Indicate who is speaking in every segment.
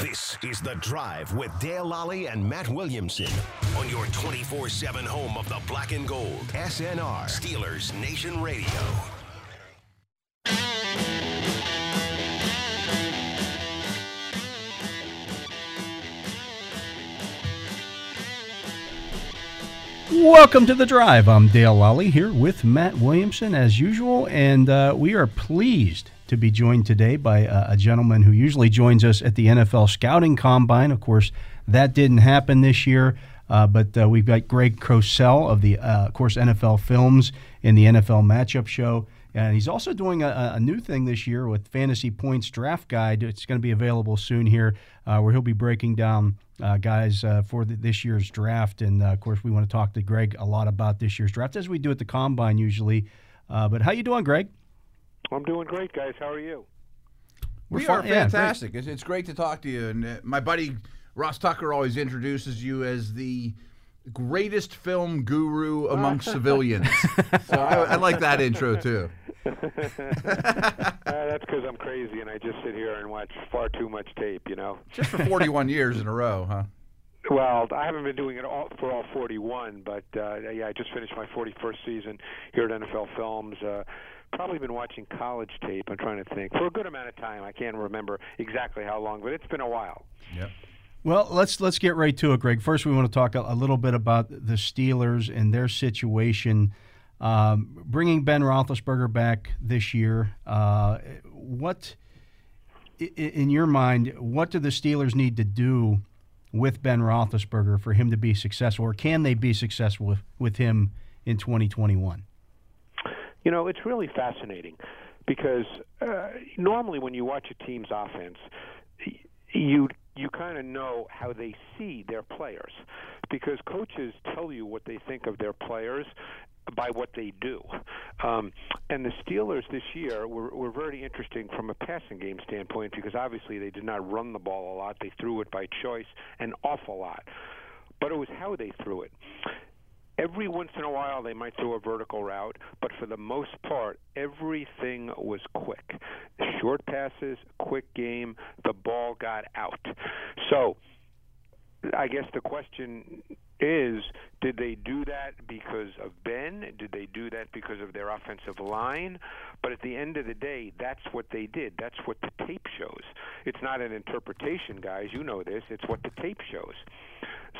Speaker 1: This is The Drive with Dale Lally and Matt Williamson on your 24 7 home of the black and gold. SNR, Steelers Nation Radio.
Speaker 2: Welcome to The Drive. I'm Dale Lally here with Matt Williamson as usual, and uh, we are pleased to be joined today by uh, a gentleman who usually joins us at the NFL Scouting Combine. Of course, that didn't happen this year, uh, but we've got Greg Cosell of the, uh, of course, NFL Films in the NFL Matchup Show. And he's also doing a, a, new thing this year with Fantasy Points Draft Guide. It's going to be available soon here, uh, where he'll be breaking down uh, guys uh, for the, this year's draft. And uh, of course, we want to talk to Greg a lot about this year's draft, as we do at the combine usually. Uh, but how you doing, Greg?
Speaker 3: I'm doing great, guys. How are you?
Speaker 4: We're we are fantastic. Yeah, it's, it's great to talk to you. And uh, my buddy Ross Tucker always introduces you as the greatest film guru among civilians. So I, I like that intro too.
Speaker 3: uh, that's because I'm crazy and I just sit here and watch far too much tape, you know.
Speaker 4: Just for 41 years in a row, huh?
Speaker 3: Well, I haven't been doing it all for all 41, but uh, yeah, I just finished my 41st season here at NFL Films. Uh, probably been watching college tape. I'm trying to think for a good amount of time. I can't remember exactly how long, but it's been a while.
Speaker 4: Yep.
Speaker 2: Well, let's let's get right to it, Greg. First, we want to talk a, a little bit about the Steelers and their situation. Um, bringing Ben Roethlisberger back this year, uh, what, in your mind, what do the Steelers need to do with Ben Roethlisberger for him to be successful, or can they be successful with, with him in 2021?
Speaker 3: You know, it's really fascinating because uh, normally when you watch a team's offense, you you kind of know how they see their players because coaches tell you what they think of their players by what they do. Um, and the Steelers this year were, were very interesting from a passing game standpoint because obviously they did not run the ball a lot. They threw it by choice an awful lot. But it was how they threw it. Every once in a while, they might throw a vertical route, but for the most part, everything was quick. Short passes, quick game, the ball got out. So, I guess the question is did they do that because of Ben? Did they do that because of their offensive line? But at the end of the day, that's what they did. That's what the tape shows. It's not an interpretation, guys. You know this. It's what the tape shows.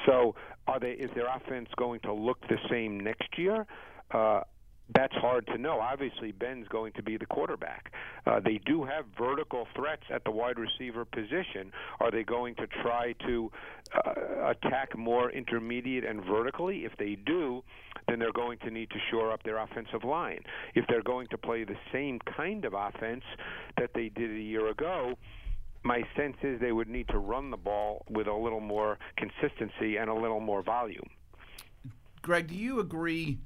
Speaker 3: So, are they is their offense going to look the same next year? Uh that's hard to know. Obviously, Ben's going to be the quarterback. Uh, they do have vertical threats at the wide receiver position. Are they going to try to uh, attack more intermediate and vertically? If they do, then they're going to need to shore up their offensive line. If they're going to play the same kind of offense that they did a year ago, my sense is they would need to run the ball with a little more consistency and a little more volume.
Speaker 4: Greg, do you agree?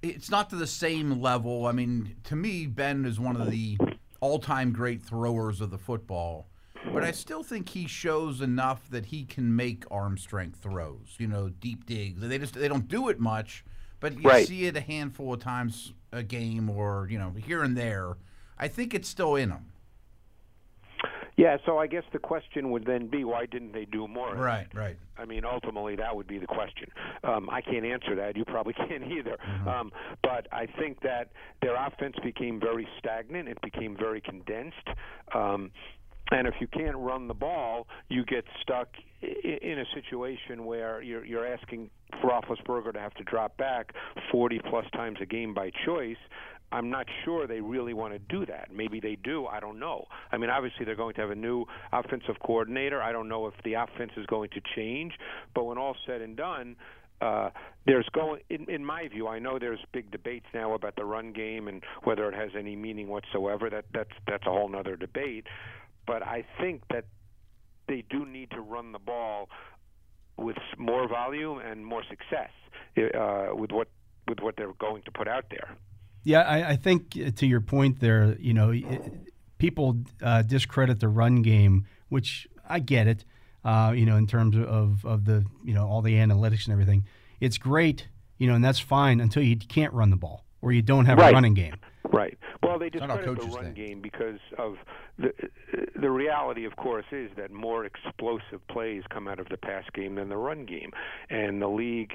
Speaker 4: it's not to the same level. I mean, to me, Ben is one of the all-time great throwers of the football, but I still think he shows enough that he can make arm strength throws. You know, deep digs. They just they don't do it much, but you
Speaker 5: right.
Speaker 4: see it a handful of times a game or you know here and there. I think it's still in him.
Speaker 3: Yeah, so I guess the question would then be, why didn't they do more?
Speaker 4: Right, right.
Speaker 3: I mean, ultimately, that would be the question. Um, I can't answer that. You probably can't either. Mm-hmm. Um, but I think that their offense became very stagnant. It became very condensed. Um, and if you can't run the ball, you get stuck in a situation where you're, you're asking for Roethlisberger to have to drop back 40 plus times a game by choice. I'm not sure they really want to do that. Maybe they do. I don't know. I mean, obviously they're going to have a new offensive coordinator. I don't know if the offense is going to change. But when all's said and done, Uh, there's going in, in my view. I know there's big debates now about the run game and whether it has any meaning whatsoever. That that's that's a whole nother debate. But I think that they do need to run the ball with s- more volume and more success uh, with what with what they're going to put out there.
Speaker 2: Yeah, I, I think uh, to your point there, you know, i- people uh, discredit the run game, which I get it. Uh, you know, in terms of of the you know all the analytics and everything, it's great. You know, and that's fine until you can't run the ball or you don't have a
Speaker 3: Right.
Speaker 2: running game.
Speaker 3: Right. Well, they
Speaker 4: not our
Speaker 3: discredit the
Speaker 4: coaches'
Speaker 3: run
Speaker 4: thing.
Speaker 3: game because of the the reality, of course, is that more explosive plays come out of the pass game than the run game, and the league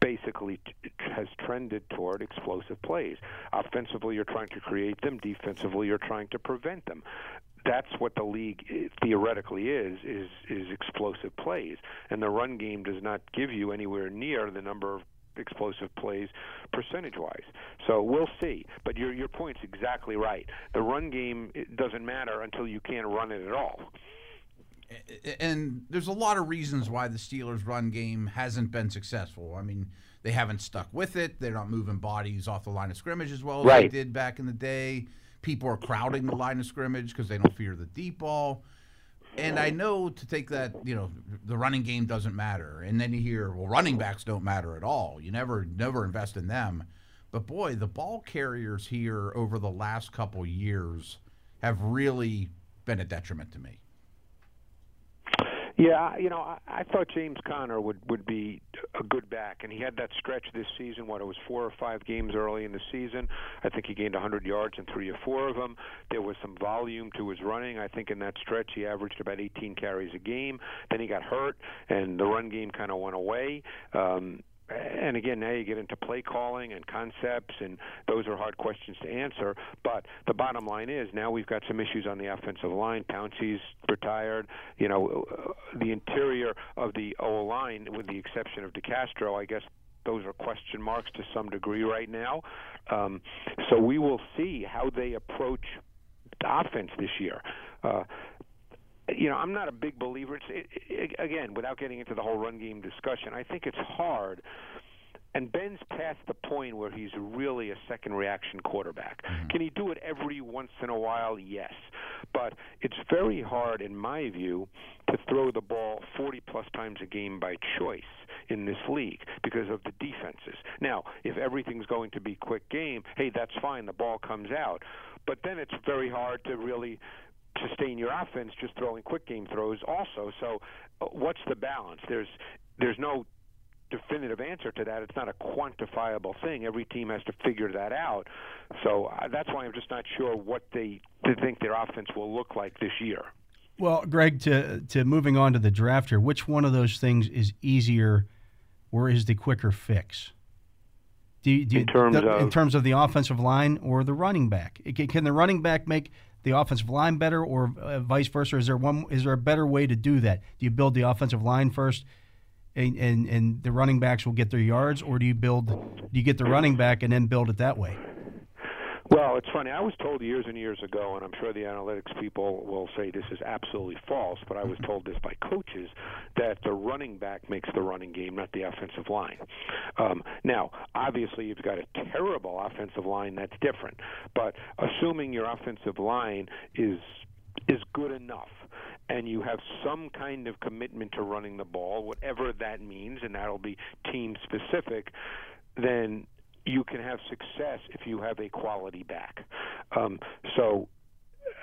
Speaker 3: basically t- has trended toward explosive plays. Offensively, you're trying to create them. Defensively, you're trying to prevent them. That's what the league eh, theoretically is is is explosive plays, and the run game does not give you anywhere near the number of explosive plays percentage wise. So we'll see. But your your point's exactly right. The run game it doesn't matter until you can't run it at all.
Speaker 4: and there's a lot of reasons why the Steelers' run game hasn't been successful. I mean, they haven't stuck with it. They're not moving bodies off the line of scrimmage as well as
Speaker 3: Right.
Speaker 4: they did back in the day. People are crowding the line of scrimmage because they don't fear the deep ball. And I know to take that, you know, the running game doesn't matter. And then you hear, well, running backs don't matter at all. You never never invest in them. But boy, the ball carriers here over the last couple years have really been a detriment to me.
Speaker 3: Yeah, you know, I, I thought James Conner would would be a good back, and he had that stretch this season. What it was four or five games early in the season. I think he gained 100 yards in three or four of them. There was some volume to his running. I think in that stretch he averaged about 18 carries a game. Then he got hurt, and the run game kind of went away. Um, and again, now you get into play calling and concepts, and those are hard questions to answer. But the bottom line is now we've got some issues on the offensive line. Pouncey's retired. You know, uh, the interior of the O line, with the exception of DeCastro, I guess those are question marks to some degree right now. Um, so we will see how they approach the offense this year. Uh, you know, I'm not a big believer. It's it, it, again, without getting into the whole run game discussion, I think it's hard. And Ben's past the point where he's really a second reaction quarterback. Can he do it every once in a while? Yes. But it's very hard, in my view, to throw the ball 40 plus times a game by choice in this league because of the defenses. Now, if everything's going to be quick game, hey, that's fine. The ball comes out. But then it's very hard to really sustain your offense just throwing quick game throws also. So uh, what's the balance? There's there's no definitive answer to that. It's not a quantifiable thing. Every team has to figure that out. So uh, that's why I'm just not sure what they, they think their offense will look like this year.
Speaker 2: Well, Greg, to to moving on to the draft here, which one of those things is easier, or is the quicker fix? Do, you- do you-
Speaker 3: In terms
Speaker 2: the, in
Speaker 3: of-
Speaker 2: terms of the offensive line or the running back, It can, can the running back make the offensive line better, or uh, vice versa? Is there one? Is there a better way to do that? Do you build the offensive line first, and and, and the running backs will get their yards, or do you build? Do you get the running back and then build it that way?
Speaker 3: Well, it's funny. I was told years and years ago, and I'm sure the analytics people will say this is absolutely false, but I was told this by coaches that the running back makes the running game, not the offensive line. Um, now, obviously, you've got a terrible offensive line. That's different. But assuming your offensive line is is good enough and you have some kind of commitment to running the ball, whatever that means, and that'll be team specific, then you can have success if you have a quality back. Um, so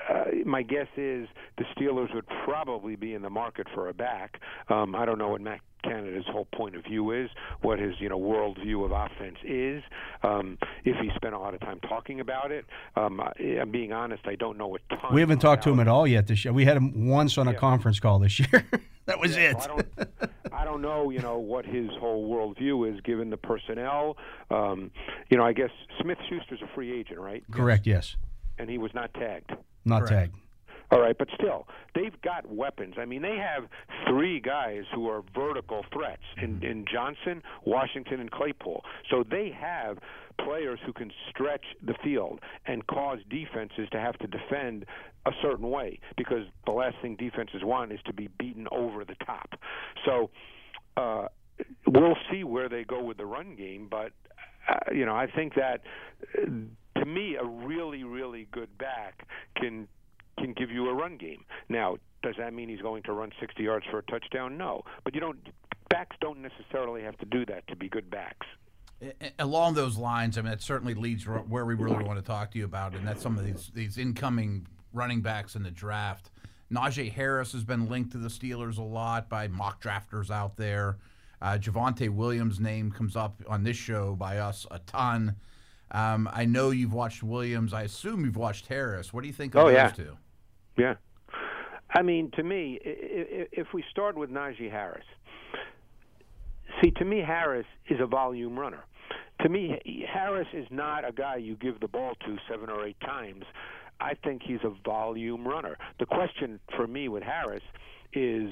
Speaker 3: uh, my guess is the Steelers would probably be in the market for a back. Um, I don't know what Matt Canada's whole point of view is, what his you know world view of offense is. Um, if he spent a lot of time talking about it, um, I, I'm being honest, I don't know a ton.
Speaker 2: We haven't talked to him at all yet this year. We had him once on a
Speaker 3: Yeah.
Speaker 2: conference call this year. that was
Speaker 3: Yeah,
Speaker 2: it.
Speaker 3: so I don't, I don't know, you know, what his whole worldview is given the personnel. Um, you know, I guess Smith Schuster's a free agent, right?
Speaker 2: Correct. Yes.
Speaker 3: And he was not tagged.
Speaker 2: Not
Speaker 4: Correct.
Speaker 2: tagged.
Speaker 3: All right, but still, they've got weapons. I mean, they have three guys who are vertical threats in, in Johnson, Washington, and Claypool. So they have players who can stretch the field and cause defenses to have to defend a certain way because the last thing defenses want is to be beaten over the top. So uh, we'll see where they go with the run game, but uh, you know, I think that uh, to me, a really, really good back can can give you a run game. Now, does that mean he's going to run 60 yards for a touchdown? No, but you don't. Backs don't necessarily have to do that to be good backs.
Speaker 4: A- a- Along those lines, I mean, it certainly leads r- where we really want to talk to you about, and that's some of these, these incoming running backs in the draft. Najee Harris has been linked to the Steelers a lot by mock drafters out there. Uh, Javante Williams' name comes up on this show by us a ton. Um, I know you've watched Williams. I assume you've watched Harris. What do you think of
Speaker 3: Oh,
Speaker 4: those
Speaker 3: yeah.
Speaker 4: two?
Speaker 3: Yeah. I mean, to me, i- i- if we start with Najee Harris, see, to me, Harris is a volume runner. To me, he- Harris is not a guy you give the ball to seven or eight times. I think he's a volume runner. The question for me with Harris is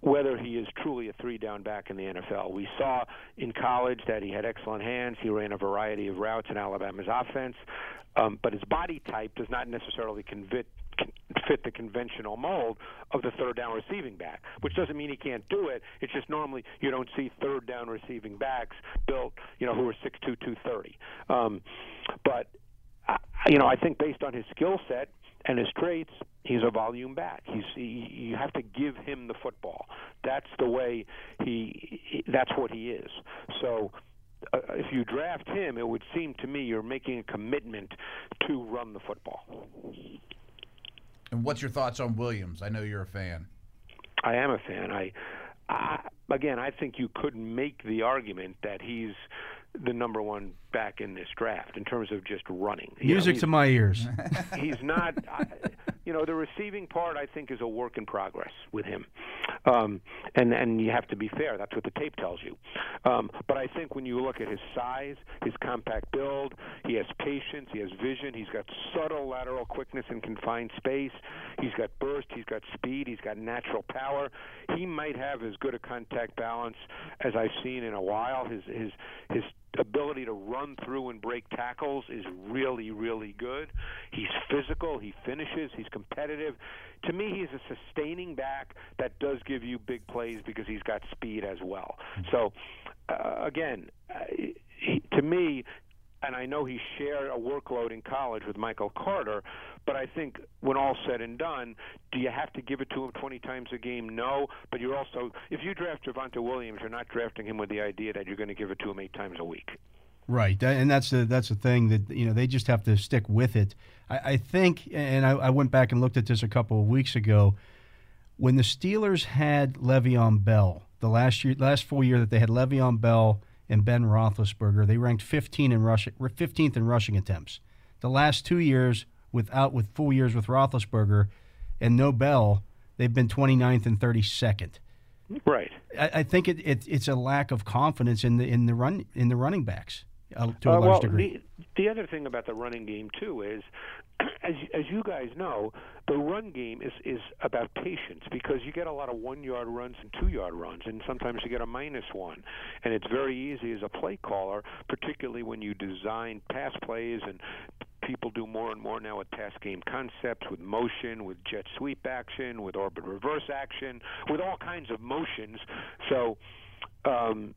Speaker 3: whether he is truly a three down back in the NFL. We saw in college that he had excellent hands. He ran a variety of routes in Alabama's offense, um, but his body type does not necessarily convict, con- fit the conventional mold of the third down receiving back, which doesn't mean he can't do it. It's just normally you don't see third down receiving backs built, you know, who are 6'2", 230. Um, but, I, you know, I think based on his skill set and his traits, he's a volume back. He's he, you have to give him the football. That's the way he, he that's what he is. So uh, if you draft him, it would seem to me you're making a commitment to run the football.
Speaker 4: And what's your thoughts on Williams? I know you're a fan.
Speaker 3: I am a fan. I, I again, I think you could make the argument that he's the number one back in this draft in terms of just running. You know,
Speaker 2: Music
Speaker 3: he's-
Speaker 2: to my ears.
Speaker 3: he's not. I, you know, the receiving part I think is a work in progress with him, um, and and you have to be fair. That's what the tape tells you. Um, but I think when you look at his size, his compact build, he has patience, he has vision, he's got subtle lateral quickness in confined space, he's got burst, he's got speed, he's got natural power. He might have as good a contact balance as I've seen in a while. His his his ability to run through and break tackles is really, really good. He's physical. He finishes. He's competitive. To me, he's a sustaining back that does give you big plays because he's got speed as well. So, uh, again, uh, he, to me, and I know he shared a workload in college with Michael Carter, but I think when all said and done, do you have to give it to him 20 times a game? No, but you're also, if you draft Javante Williams, you're not drafting him with the idea that you're going to give it to him eight times a week.
Speaker 2: Right, tha- and that's the that's the thing that you know they just have to stick with it. I, I think, and I, I went back and looked at this a couple of weeks ago, when the Steelers had Le'Veon Bell the last year, last full year that they had Le'Veon Bell and Ben Roethlisberger, they ranked 15 in rushing, 15th in rushing attempts. The last two years without with full years with Roethlisberger and no Bell, they've been 29th and 32nd.
Speaker 3: Right.
Speaker 2: I, I think it, it it's a lack of confidence in the in the run in the running backs uh, to a
Speaker 3: Uh,
Speaker 2: large
Speaker 3: well,
Speaker 2: degree.
Speaker 3: The, the other thing about the running game too is, as as you guys know, the run game is is about patience because you get a lot of one yard runs and two yard runs, and sometimes you get a minus one, and it's very easy as a play caller, particularly when you design pass plays and. People do more and more now with pass game concepts, with motion, with jet sweep action, with orbit reverse action, with all kinds of motions. So, um,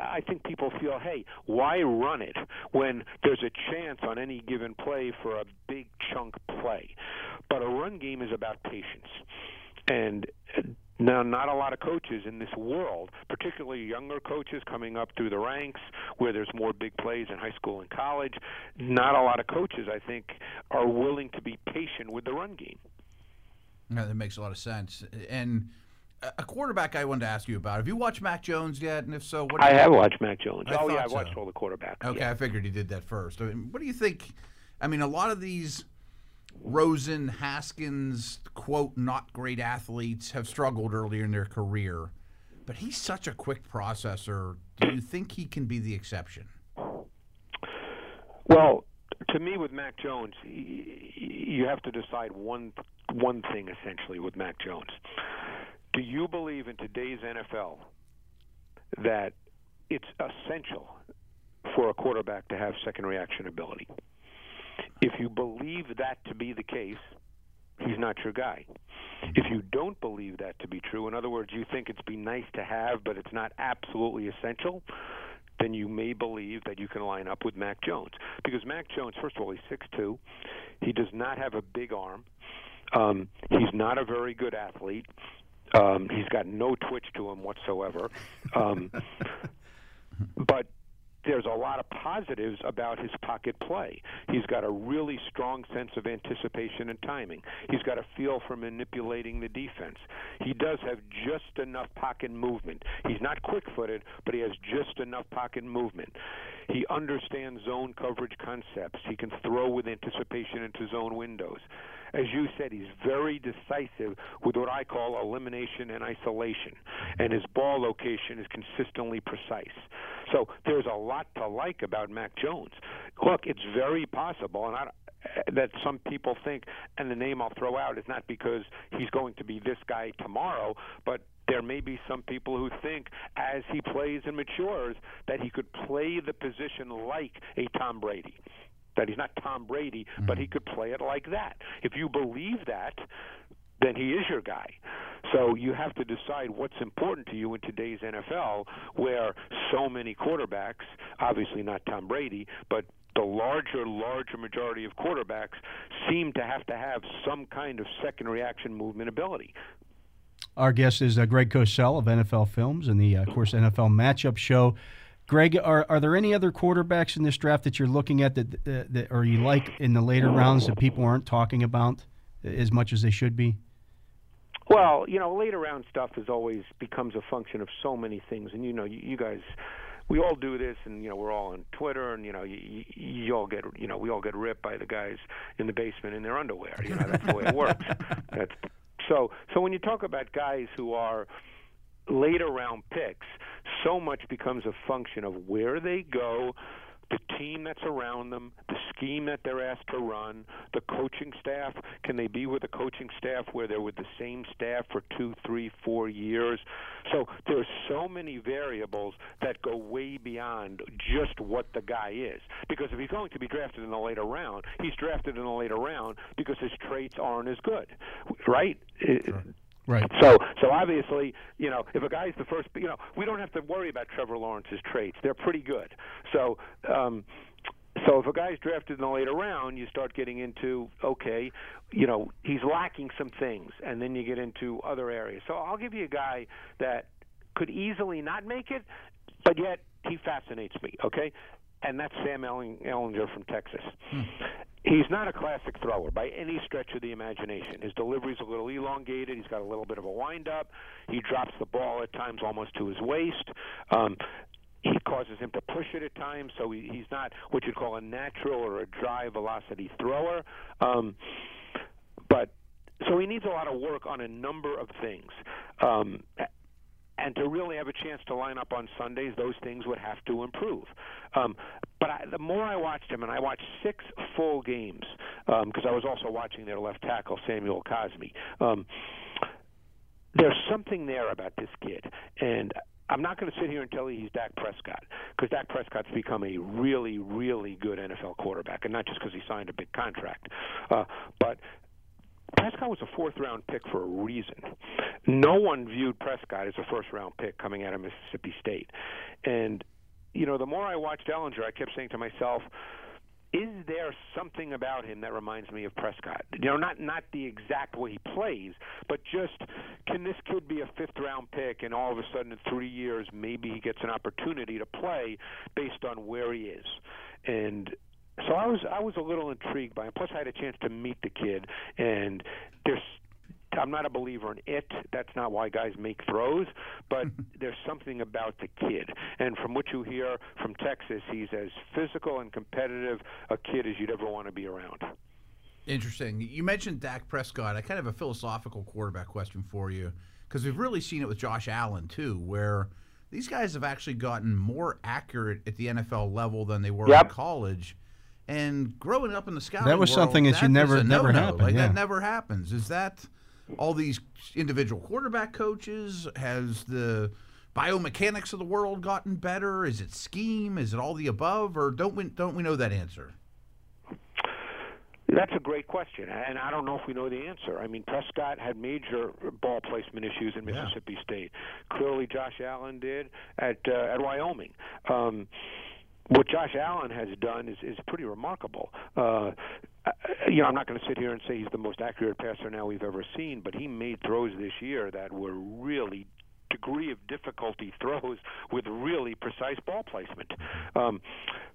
Speaker 3: I think people feel, hey, why run it when there's a chance on any given play for a big chunk play? But a run game is about patience. And uh, now, not a lot of coaches in this world, particularly younger coaches coming up through the ranks where there's more big plays in high school and college, not a lot of coaches, I think, are willing to be patient with the run game.
Speaker 4: Yeah, that makes a lot of sense. And a- a quarterback I wanted to ask you about. Have you watched Mac Jones yet? And if so, what? do
Speaker 3: I
Speaker 4: you-
Speaker 3: have watched Mac Jones.
Speaker 4: I
Speaker 3: oh,
Speaker 4: thought
Speaker 3: yeah, I've
Speaker 4: so.
Speaker 3: watched all the quarterbacks.
Speaker 4: Okay, I figured you did that first. I mean, what do you think? I mean, a lot of these Rosen, Haskins, quote, not great athletes have struggled earlier in their career, but he's such a quick processor. Do you think he can be the exception?
Speaker 3: Well, to me, with Mac Jones, y- y- you have to decide one one thing essentially with Mac Jones. Do you believe in today's NFL that it's essential for a quarterback to have second reaction ability? If you believe that to be the case, he's not your guy. If you don't believe that to be true, in other words, you think it's be nice to have, but it's not absolutely essential, then you may believe that you can line up with Mac Jones. Because Mac Jones, first of all, he's 6'2. He does not have a big arm. Um, he's not a very good athlete. Um, he's got no twitch to him whatsoever. Um, but there's a lot of positives about his pocket play. He's got a really strong sense of anticipation and timing. He's got a feel for manipulating the defense. He does have just enough pocket movement. He's not quick footed, but he has just enough pocket movement. He understands zone coverage concepts. He can throw with anticipation into zone windows. As you said, he's very decisive with what I call elimination and isolation, and his ball location is consistently precise. So there's a lot to like about Mac Jones. Look, it's very possible, and I, that some people think, and the name I'll throw out is not because he's going to be this guy tomorrow, but there may be some people who think as he plays and matures that he could play the position like a Tom Brady. That he's not Tom Brady, but he could play it like that. If you believe that, then he is your guy. So you have to decide what's important to you in today's NFL, where so many quarterbacks, obviously not Tom Brady, but the larger, larger majority of quarterbacks seem to have to have some kind of secondary action movement ability.
Speaker 2: Our guest is uh, Greg Cosell of NFL Films and the, uh, of course, NFL Matchup Show. Greg, are, are there any other quarterbacks in this draft that you're looking at that, uh, that or you like in the later rounds that people aren't talking about as much as they should be?
Speaker 3: Well, you know, later round stuff is always becomes a function of so many things, and you know, you, you guys, we all do this, and you know, we're all on Twitter, and you know, you, you, you all get, you know, we all get ripped by the guys in the basement in their underwear. You know, that's the way it works. That's so. So when you talk about guys who are later round picks, so much becomes a function of where they go the team that's around them, the scheme that they're asked to run, the coaching staff. Can they be with a coaching staff where they're with the same staff for two, three, four years? So there's so many variables that go way beyond just what the guy is. Because if he's going to be drafted in a later round, he's drafted in a later round because his traits aren't as good, right?
Speaker 2: Right.
Speaker 3: So, so obviously, you know, if a guy's the first, you know, we don't have to worry about Trevor Lawrence's traits. They're pretty good. So, um, so if a guy's drafted in the later round, you start getting into okay, you know, he's lacking some things, and then you get into other areas. So I'll give you a guy that could easily not make it, but yet he fascinates me. Okay, and that's Sam Elling- Ellinger from Texas. He's not a classic thrower by any stretch of the imagination. His delivery's a little elongated. He's got a little bit of a windup. He drops the ball at times almost to his waist. Um, he causes him to push it at times, so he, he's not what you'd call a natural or a dry velocity thrower. Um, but so he needs a lot of work on a number of things. Um, and to really have a chance to line up on Sundays, those things would have to improve. Um, but I, the more I watched him, and I watched six full games because I was also watching their left tackle Samuel Cosme. Um, there's something there about this kid, and I'm not going to sit here and tell you he's Dak Prescott because Dak Prescott's become a really, really good NFL quarterback, and not just because he signed a big contract, uh, but Prescott was a fourth round pick for a reason. No one viewed Prescott as a first round pick coming out of Mississippi State. And, you know, the more I watched Ellinger, I kept saying to myself, is there something about him that reminds me of Prescott? You know, not not the exact way he plays, but just can this kid be a fifth round pick and all of a sudden in three years maybe he gets an opportunity to play based on where he is? And so I was I was a little intrigued by him. Plus, I had a chance to meet the kid, and there's I'm not a believer in it. That's not why guys make throws, but there's something about the kid. And from what you hear from Texas, he's as physical and competitive a kid as you'd ever want to be around.
Speaker 4: Interesting. You mentioned Dak Prescott. I kind of have a philosophical quarterback question for you because we've really seen it with Josh Allen too, where these guys have actually gotten more accurate at the NFL level than they were
Speaker 3: Yep.
Speaker 4: in college. And growing up in the scouting
Speaker 2: That was
Speaker 4: world,
Speaker 2: something that you
Speaker 4: is
Speaker 2: never-
Speaker 4: a
Speaker 2: never
Speaker 4: no-no.
Speaker 2: happened,
Speaker 4: Like
Speaker 2: yeah.
Speaker 4: that never happens. Is that all these individual quarterback coaches? Has the biomechanics of the world gotten better? Is it scheme? Is it all the above? Or don't we don't we know that answer?
Speaker 3: That's a great question, and I don't know if we know the answer. I mean, Prescott had major ball placement issues in Mississippi State. Clearly, Josh Allen did at uh, at Wyoming. Um, what Josh Allen has done is is pretty remarkable. Uh, I- you know, I'm not going to sit here and say he's the most accurate passer now we've ever seen, but he made throws this year that were really degree of difficulty throws with really precise ball placement. Um,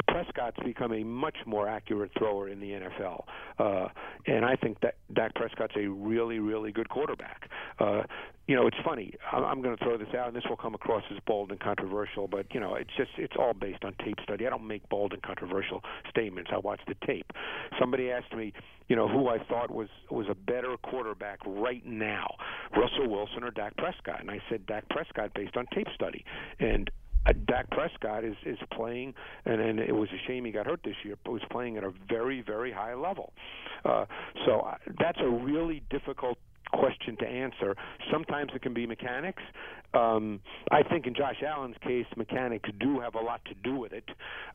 Speaker 3: Prescott's become a much more accurate thrower in the NFL, uh, and I think that Dak Prescott's a really, really good quarterback. Uh, you know, it's funny. I- I'm going to throw this out, and this will come across as bold and controversial, but you know, it's just it's all based on tape study. I don't make bold and controversial statements. I watch the tape. Somebody asked me, you know, who I thought was was a better quarterback right now, Russell Wilson or Dak Prescott, and I said Dak Prescott based on tape study, and. Uh, Dak Prescott is is playing, and, and it was a shame he got hurt this year. But was playing at a very very high level, uh, so I, that's a really difficult question to answer. Sometimes it can be mechanics. Um, I think in Josh Allen's case, mechanics do have a lot to do with it,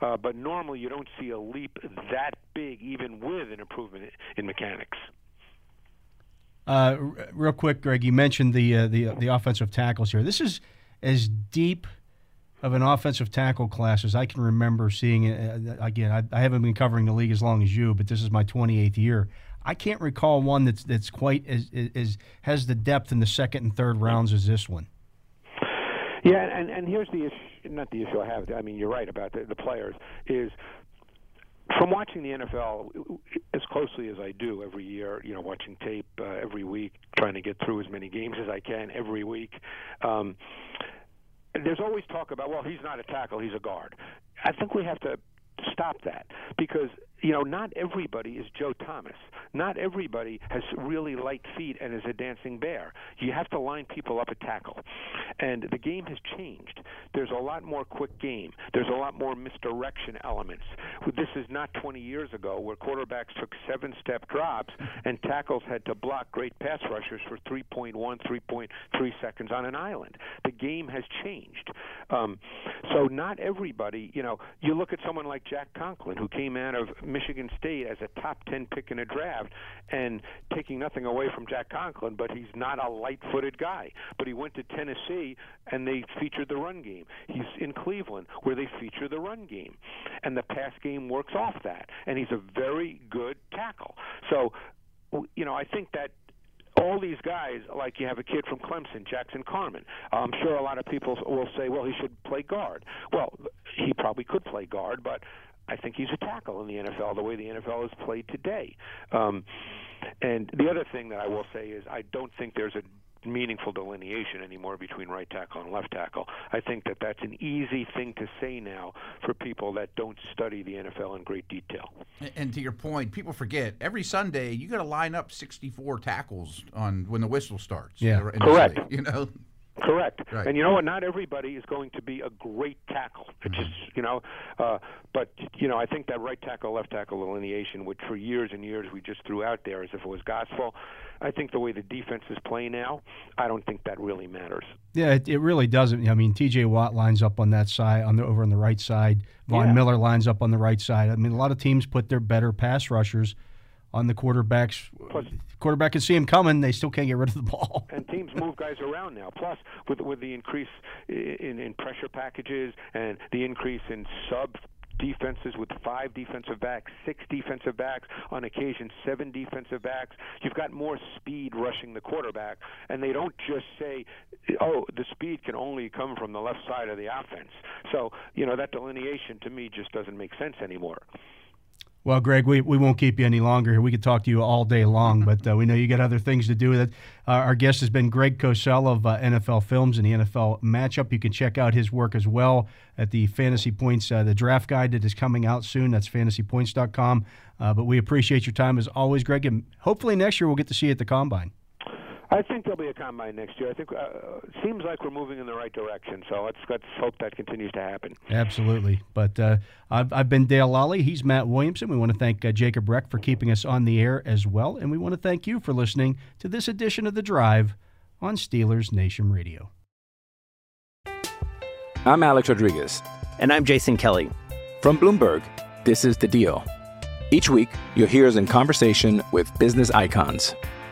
Speaker 3: uh, but normally you don't see a leap that big, even with an improvement in mechanics.
Speaker 2: Uh, r- real quick, Greg, you mentioned the uh, the the offensive tackles here. This is as deep of an offensive tackle class as I can remember seeing. Uh, again, I, I haven't been covering the league as long as you, but this is my 28th year. I can't recall one that's that's quite as, as, as has the depth in the second and third rounds as this one.
Speaker 3: Yeah, and and here's the issue. Not the issue I have. I mean, you're right about the, the players. Is from watching the NFL as closely as I do every year. You know, watching tape uh, every week, trying to get through as many games as I can every week. Um, there's always talk about, well, he's not a tackle, he's a guard. I think we have to stop that because you know not everybody is Joe Thomas. Not everybody has really light feet and is a dancing bear. You have to line people up at tackle. And the game has changed. There's a lot more quick game. There's a lot more misdirection elements. This is not 20 years ago where quarterbacks took seven-step drops and tackles had to block great pass rushers for 3.1, 3.3 seconds on an island. The game has changed. Um, so not everybody, you know, you look at someone like Jack Conklin, who came out of Michigan State as a top 10 pick in a draft, and taking nothing away from Jack Conklin, but he's not a light footed guy. But he went to Tennessee, and they featured the run game. He's in Cleveland, where they feature the run game. And the pass game works off that. And he's a very good tackle. So, w- you know, I think that all these guys, like you have a kid from Clemson, Jackson Carmen. I'm sure a lot of people will say, well, he should play guard. Well, he probably could play guard, but I think he's a tackle in the NFL, the way the NFL is played today. Um, and the other thing that I will say is I don't think there's a meaningful delineation anymore between right tackle and left tackle. I think that that's an easy thing to say now for people that don't study the NFL in great detail.
Speaker 4: A- And to your point, people forget every Sunday you got to line up 64 tackles on when the whistle starts.
Speaker 2: Yeah.
Speaker 4: in the- in the
Speaker 3: Correct.
Speaker 4: league, You know,
Speaker 3: Correct.
Speaker 4: Right.
Speaker 3: And you know what? Not everybody is going to be a great tackle. It's just you know, uh, but you know, I think that right tackle, left tackle delineation, which for years and years we just threw out there as if it was gospel. I think the way the defenses play now, I don't think that really matters.
Speaker 2: Yeah, it, it really doesn't. I mean, T.J. Watt lines up on that side, on the over on the right side. Von
Speaker 3: Yeah.
Speaker 2: Miller lines up on the right side. I mean, a lot of teams put their better pass rushers on the quarterbacks.
Speaker 3: Plus-
Speaker 2: Quarterback can see him coming; they still can't get rid of the ball.
Speaker 3: and teams move guys around now. Plus, with with the increase i- in in pressure packages and the increase in sub defenses with five defensive backs, six defensive backs, on occasion seven defensive backs, you've got more speed rushing the quarterback, and they don't just say, "Oh, the speed can only come from the left side of the offense." So, you know, that delineation to me just doesn't make sense anymore.
Speaker 2: Well, Greg, we, we won't keep you any longer here. We could talk to you all day long, but uh, we know you got other things to do. That uh, our guest has been Greg Cosell of uh, NFL Films and the NFL Matchup. You can check out his work as well at the Fantasy Points, uh, the draft guide that is coming out soon. That's fantasypoints.com. Uh, but we appreciate your time as always, Greg, and hopefully next year we'll get to see you at the combine.
Speaker 3: I think there'll be a combine next year. I think uh, it seems like we're moving in the right direction. So let's let's hope that continues to happen.
Speaker 2: Absolutely. But uh, I've, I've been Dale Lally. He's Matt Williamson. We want to thank uh, Jacob Reck for keeping us on the air as well. And we want to thank you for listening to this edition of The Drive on Steelers Nation Radio.
Speaker 6: I'm Alex Rodriguez.
Speaker 5: And I'm Jason Kelly.
Speaker 6: From Bloomberg, this is The Deal. Each week, you'll hear us in conversation with business icons.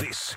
Speaker 1: This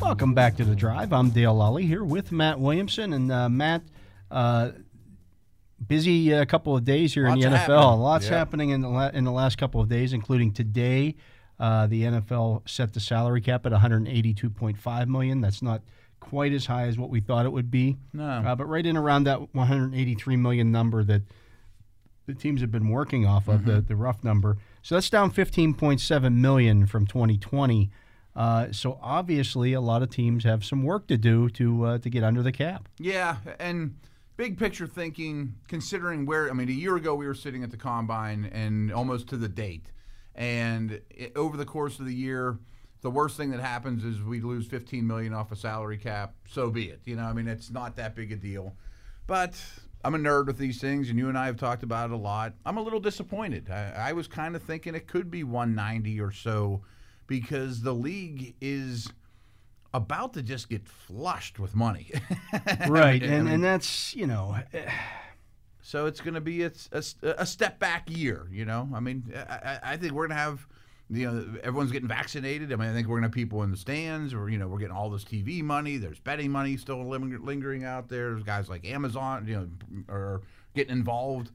Speaker 2: Welcome back to the drive. I'm Dale Lally here with Matt Williamson and uh, Matt. Uh, busy uh, couple of days here in
Speaker 4: Lots
Speaker 2: the NFL.
Speaker 4: happening.
Speaker 2: Lots happening in the la- in the last couple of days, including today. Uh, the NFL set the salary cap at 182.5 million. That's not quite as high as what we thought it would be.
Speaker 4: No.
Speaker 2: uh, but right in around that 183 million number that the teams have been working off of the, the rough number. So that's down 15.7 million from 2020. Uh, so obviously, a lot of teams have some work to do to uh, to get under the cap.
Speaker 4: Yeah, and big picture thinking, considering where I mean, a year ago we were sitting at the combine and almost to the date, and it, over the course of the year, the worst thing that happens is we lose 15 million off a salary cap. So be it. You know, I mean, it's not that big a deal, but. I'm a nerd with these things, and you and I have talked about it a lot. I'm a little disappointed. I, I was kind of thinking it could be 190 or so because the league is about to just get flushed with money.
Speaker 2: Right, and and that's you know eh,
Speaker 4: So it's going to be a, a, a step back year, you know. I mean, I, I- I think we're going to have, you know, everyone's getting vaccinated. I mean, I think we're going to have people in the stands, or you know, we're getting all this TV money. There's betting money still ling- lingering out there. There's guys like Amazon, you know, are getting involved.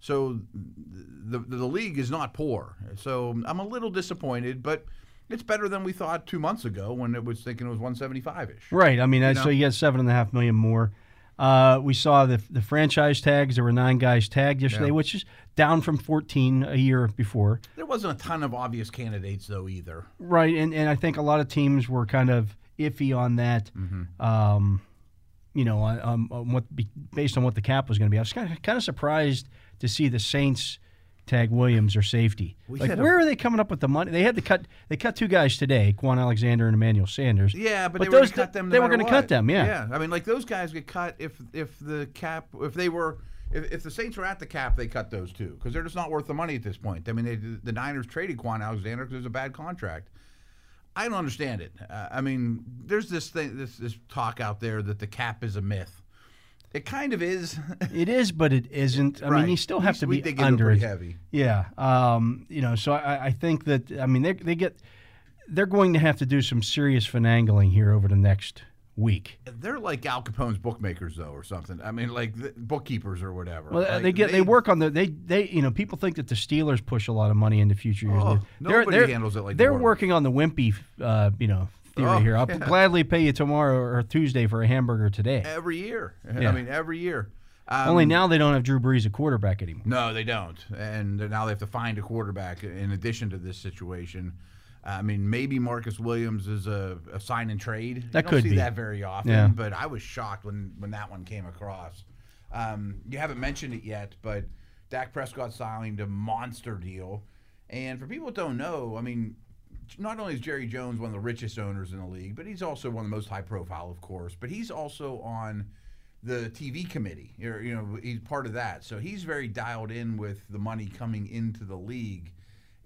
Speaker 4: So the, the the league is not poor. So I'm a little disappointed, but it's better than we thought two months ago when it was thinking it was 175 ish.
Speaker 2: Right. I mean, I so you got seven and a half million more. Uh, we saw the the franchise tags. There were nine guys tagged yesterday, which is down from fourteen a year before.
Speaker 4: There wasn't a ton of obvious candidates though either.
Speaker 2: Right, and and I think a lot of teams were kind of iffy on that.
Speaker 4: Mm-hmm.
Speaker 2: Um, you know, on, on, on what be, based on what the cap was going to be. I was kind of, kind of surprised to see the Saints tag Williams or safety. like,
Speaker 4: had a-
Speaker 2: where are they coming up with the money? They had to cut. They cut two guys today, Quan Alexander and Emmanuel Sanders.
Speaker 4: Yeah, but, they were going
Speaker 2: those
Speaker 4: to cut them. no
Speaker 2: they were
Speaker 4: matter
Speaker 2: gonna
Speaker 4: what.
Speaker 2: cut them.
Speaker 4: Yeah. I mean, like those guys get cut if if the cap if they were if, if the Saints were at the cap, they cut those two because they're just not worth the money at this point. I mean, they, the Niners traded Quan Alexander because it was a bad contract. I don't understand it. Uh, I mean, there's this thing this this talk out there that the cap is a myth. It kind of is.
Speaker 2: It is, but it isn't. I
Speaker 4: Right.
Speaker 2: mean, you still
Speaker 4: We-
Speaker 2: have to
Speaker 4: we
Speaker 2: be
Speaker 4: dig into
Speaker 2: under
Speaker 4: pretty
Speaker 2: it.
Speaker 4: heavy.
Speaker 2: Yeah, um, you know. So I, I think that I mean they they get they're going to have to do some serious finagling here over the next week.
Speaker 4: they're like Al Capone's bookmakers though, or something. I mean, like the bookkeepers or whatever.
Speaker 2: Well,
Speaker 4: Like,
Speaker 2: they get they, work on the they they you know people think that the Steelers push a lot of money into future years.
Speaker 4: Oh,
Speaker 2: They're-
Speaker 4: nobody
Speaker 2: they're-
Speaker 4: handles it like the
Speaker 2: they're
Speaker 4: Warriors.
Speaker 2: working on the wimpy uh, you know theory
Speaker 4: Oh,
Speaker 2: here. I'll
Speaker 4: yeah.
Speaker 2: gladly pay you tomorrow or Tuesday for a hamburger today.
Speaker 4: every year.
Speaker 2: Yeah.
Speaker 4: I mean, every year. Um,
Speaker 2: Only now they don't have Drew Brees a quarterback anymore.
Speaker 4: No, they don't. And they're- now they have to find a quarterback in addition to this situation. I mean, maybe Marcus Williams is a, a sign and trade.
Speaker 2: That
Speaker 4: you don't
Speaker 2: could
Speaker 4: see
Speaker 2: be.
Speaker 4: that very often,
Speaker 2: Yeah.
Speaker 4: but I was shocked when, when that one came across. Um, you haven't mentioned it yet, but Dak Prescott signed a monster deal. And for people that don't know, I mean, not only is Jerry Jones one of the richest owners in the league, but he's also one of the most high profile, of course. But he's also on the TV committee. Or, you know, he's part of that. So he's very dialed in with the money coming into the league.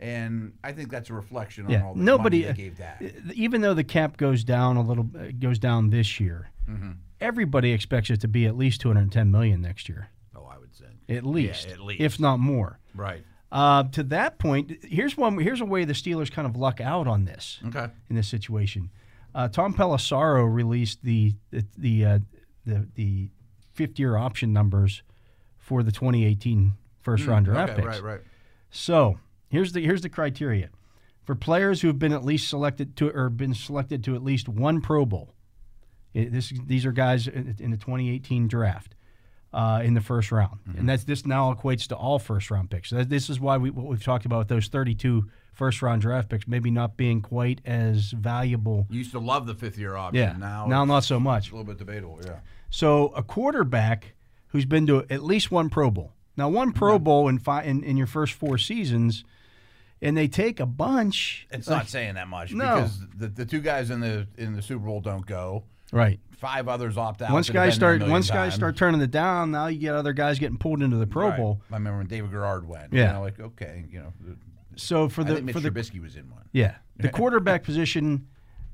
Speaker 4: And I think that's a reflection on all the
Speaker 2: nobody uh,
Speaker 4: money they gave Dak.
Speaker 2: Even though the cap goes down a little, it goes down this year.
Speaker 4: Mm-hmm.
Speaker 2: Everybody expects it to be at least 210 million next year,
Speaker 4: oh, I would say.
Speaker 2: at least,
Speaker 4: at least.
Speaker 2: if not more.
Speaker 4: Right.
Speaker 2: Uh, to that point, here's one. Here's a way the Steelers kind of luck out on this
Speaker 4: Okay.
Speaker 2: in this situation. Uh, Tom Pelissaro released the the the, uh, the the fifth year option numbers for the 2018 first round
Speaker 4: Mm, Hmm.
Speaker 2: draft
Speaker 4: Okay,
Speaker 2: picks.
Speaker 4: right, right.
Speaker 2: So here's the here's the criteria for players who have been at least selected to or been selected to at least one Pro Bowl. i- this these are guys in, in the 2018 draft. uh, in the first round, and that's this now equates to all first round picks. That, this is why we what we've talked about with those 32 first round draft picks maybe not being quite as valuable.
Speaker 4: You used to love the fifth year option.
Speaker 2: Yeah,
Speaker 4: Now,
Speaker 2: now
Speaker 4: it's
Speaker 2: not so much.
Speaker 4: a little bit debatable. Yeah.
Speaker 2: So a quarterback who's been to at least one Pro Bowl. Now one Pro Bowl in, fi- in in your first four seasons, and they take a bunch.
Speaker 4: It's not saying that much
Speaker 2: No.
Speaker 4: because the, the two guys in the in the Super Bowl don't go.
Speaker 2: Right.
Speaker 4: Five others opt out.
Speaker 2: Once
Speaker 4: that have
Speaker 2: guys
Speaker 4: been there a
Speaker 2: start
Speaker 4: million
Speaker 2: once guys
Speaker 4: times.
Speaker 2: start turning it down, now you get other guys getting pulled into the Pro
Speaker 4: Right.
Speaker 2: Bowl.
Speaker 4: I remember when David Garrard went.
Speaker 2: Yeah.
Speaker 4: You know, like okay, you know, the,
Speaker 2: So for
Speaker 4: I think
Speaker 2: the
Speaker 4: Mitch
Speaker 2: for the
Speaker 4: Trubisky was in one.
Speaker 2: yeah the quarterback position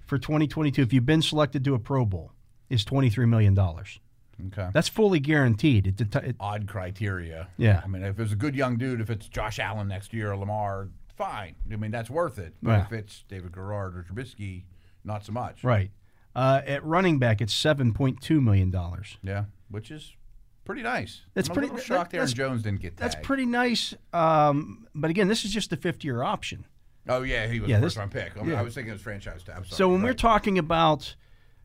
Speaker 2: for 2022, if you've been selected to a Pro Bowl, is 23 million dollars.
Speaker 4: Okay.
Speaker 2: That's fully guaranteed. It, det- it-
Speaker 4: Odd criteria.
Speaker 2: Yeah.
Speaker 4: I mean, if it's a good young dude, if it's Josh Allen next year or Lamar, fine. I mean, that's worth it. But
Speaker 2: Yeah.
Speaker 4: if it's David Garrard or Trubisky, not so much.
Speaker 2: right. Uh, at running back, it's 7.2 million dollars.
Speaker 4: Yeah. Which is pretty nice.
Speaker 2: That's
Speaker 4: I'm
Speaker 2: pretty-
Speaker 4: A little
Speaker 2: that-
Speaker 4: shocked Aaron
Speaker 2: that's-
Speaker 4: Jones didn't get that.
Speaker 2: That's pretty nice. Um, but again, this is just a 50 year option.
Speaker 4: Oh yeah, he was
Speaker 2: Yeah,
Speaker 4: a
Speaker 2: this-
Speaker 4: first round pick. I, mean,
Speaker 2: yeah.
Speaker 4: I was thinking it was franchise tag. I'm sorry.
Speaker 2: So when we're
Speaker 4: Right.
Speaker 2: talking about,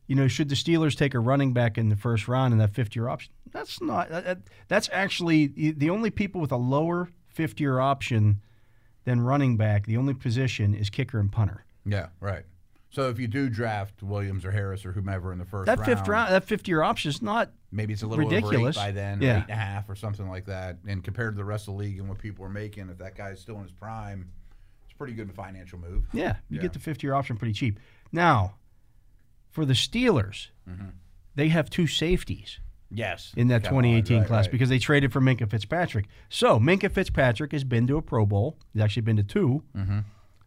Speaker 2: you know, should the Steelers take a running back in the first round in that 50 year option? That's not, that, that- that's actually the the only people with a lower 50 year option than running back, the only position is kicker and punter.
Speaker 4: yeah, right. So if you do draft Williams or Harris or whomever in the first
Speaker 2: That
Speaker 4: round,
Speaker 2: fifth round, that 50 year option is not
Speaker 4: maybe it's a little
Speaker 2: ridiculous.
Speaker 4: over eight by then,
Speaker 2: Yeah.
Speaker 4: or eight and a half or something like that. And compared to the rest of the league and what people are making, if that guy's still in his prime, it's a pretty good financial move.
Speaker 2: Yeah, you get the 50 year option pretty cheap. Now, for the Steelers,
Speaker 4: Mm-hmm.
Speaker 2: they have two safeties
Speaker 4: Yes,
Speaker 2: in that
Speaker 4: Come on,
Speaker 2: 2018
Speaker 4: right,
Speaker 2: class
Speaker 4: right.
Speaker 2: because they traded for Minka Fitzpatrick. So Minka Fitzpatrick has been to a Pro Bowl. He's actually been to 2
Speaker 4: Mm-hmm.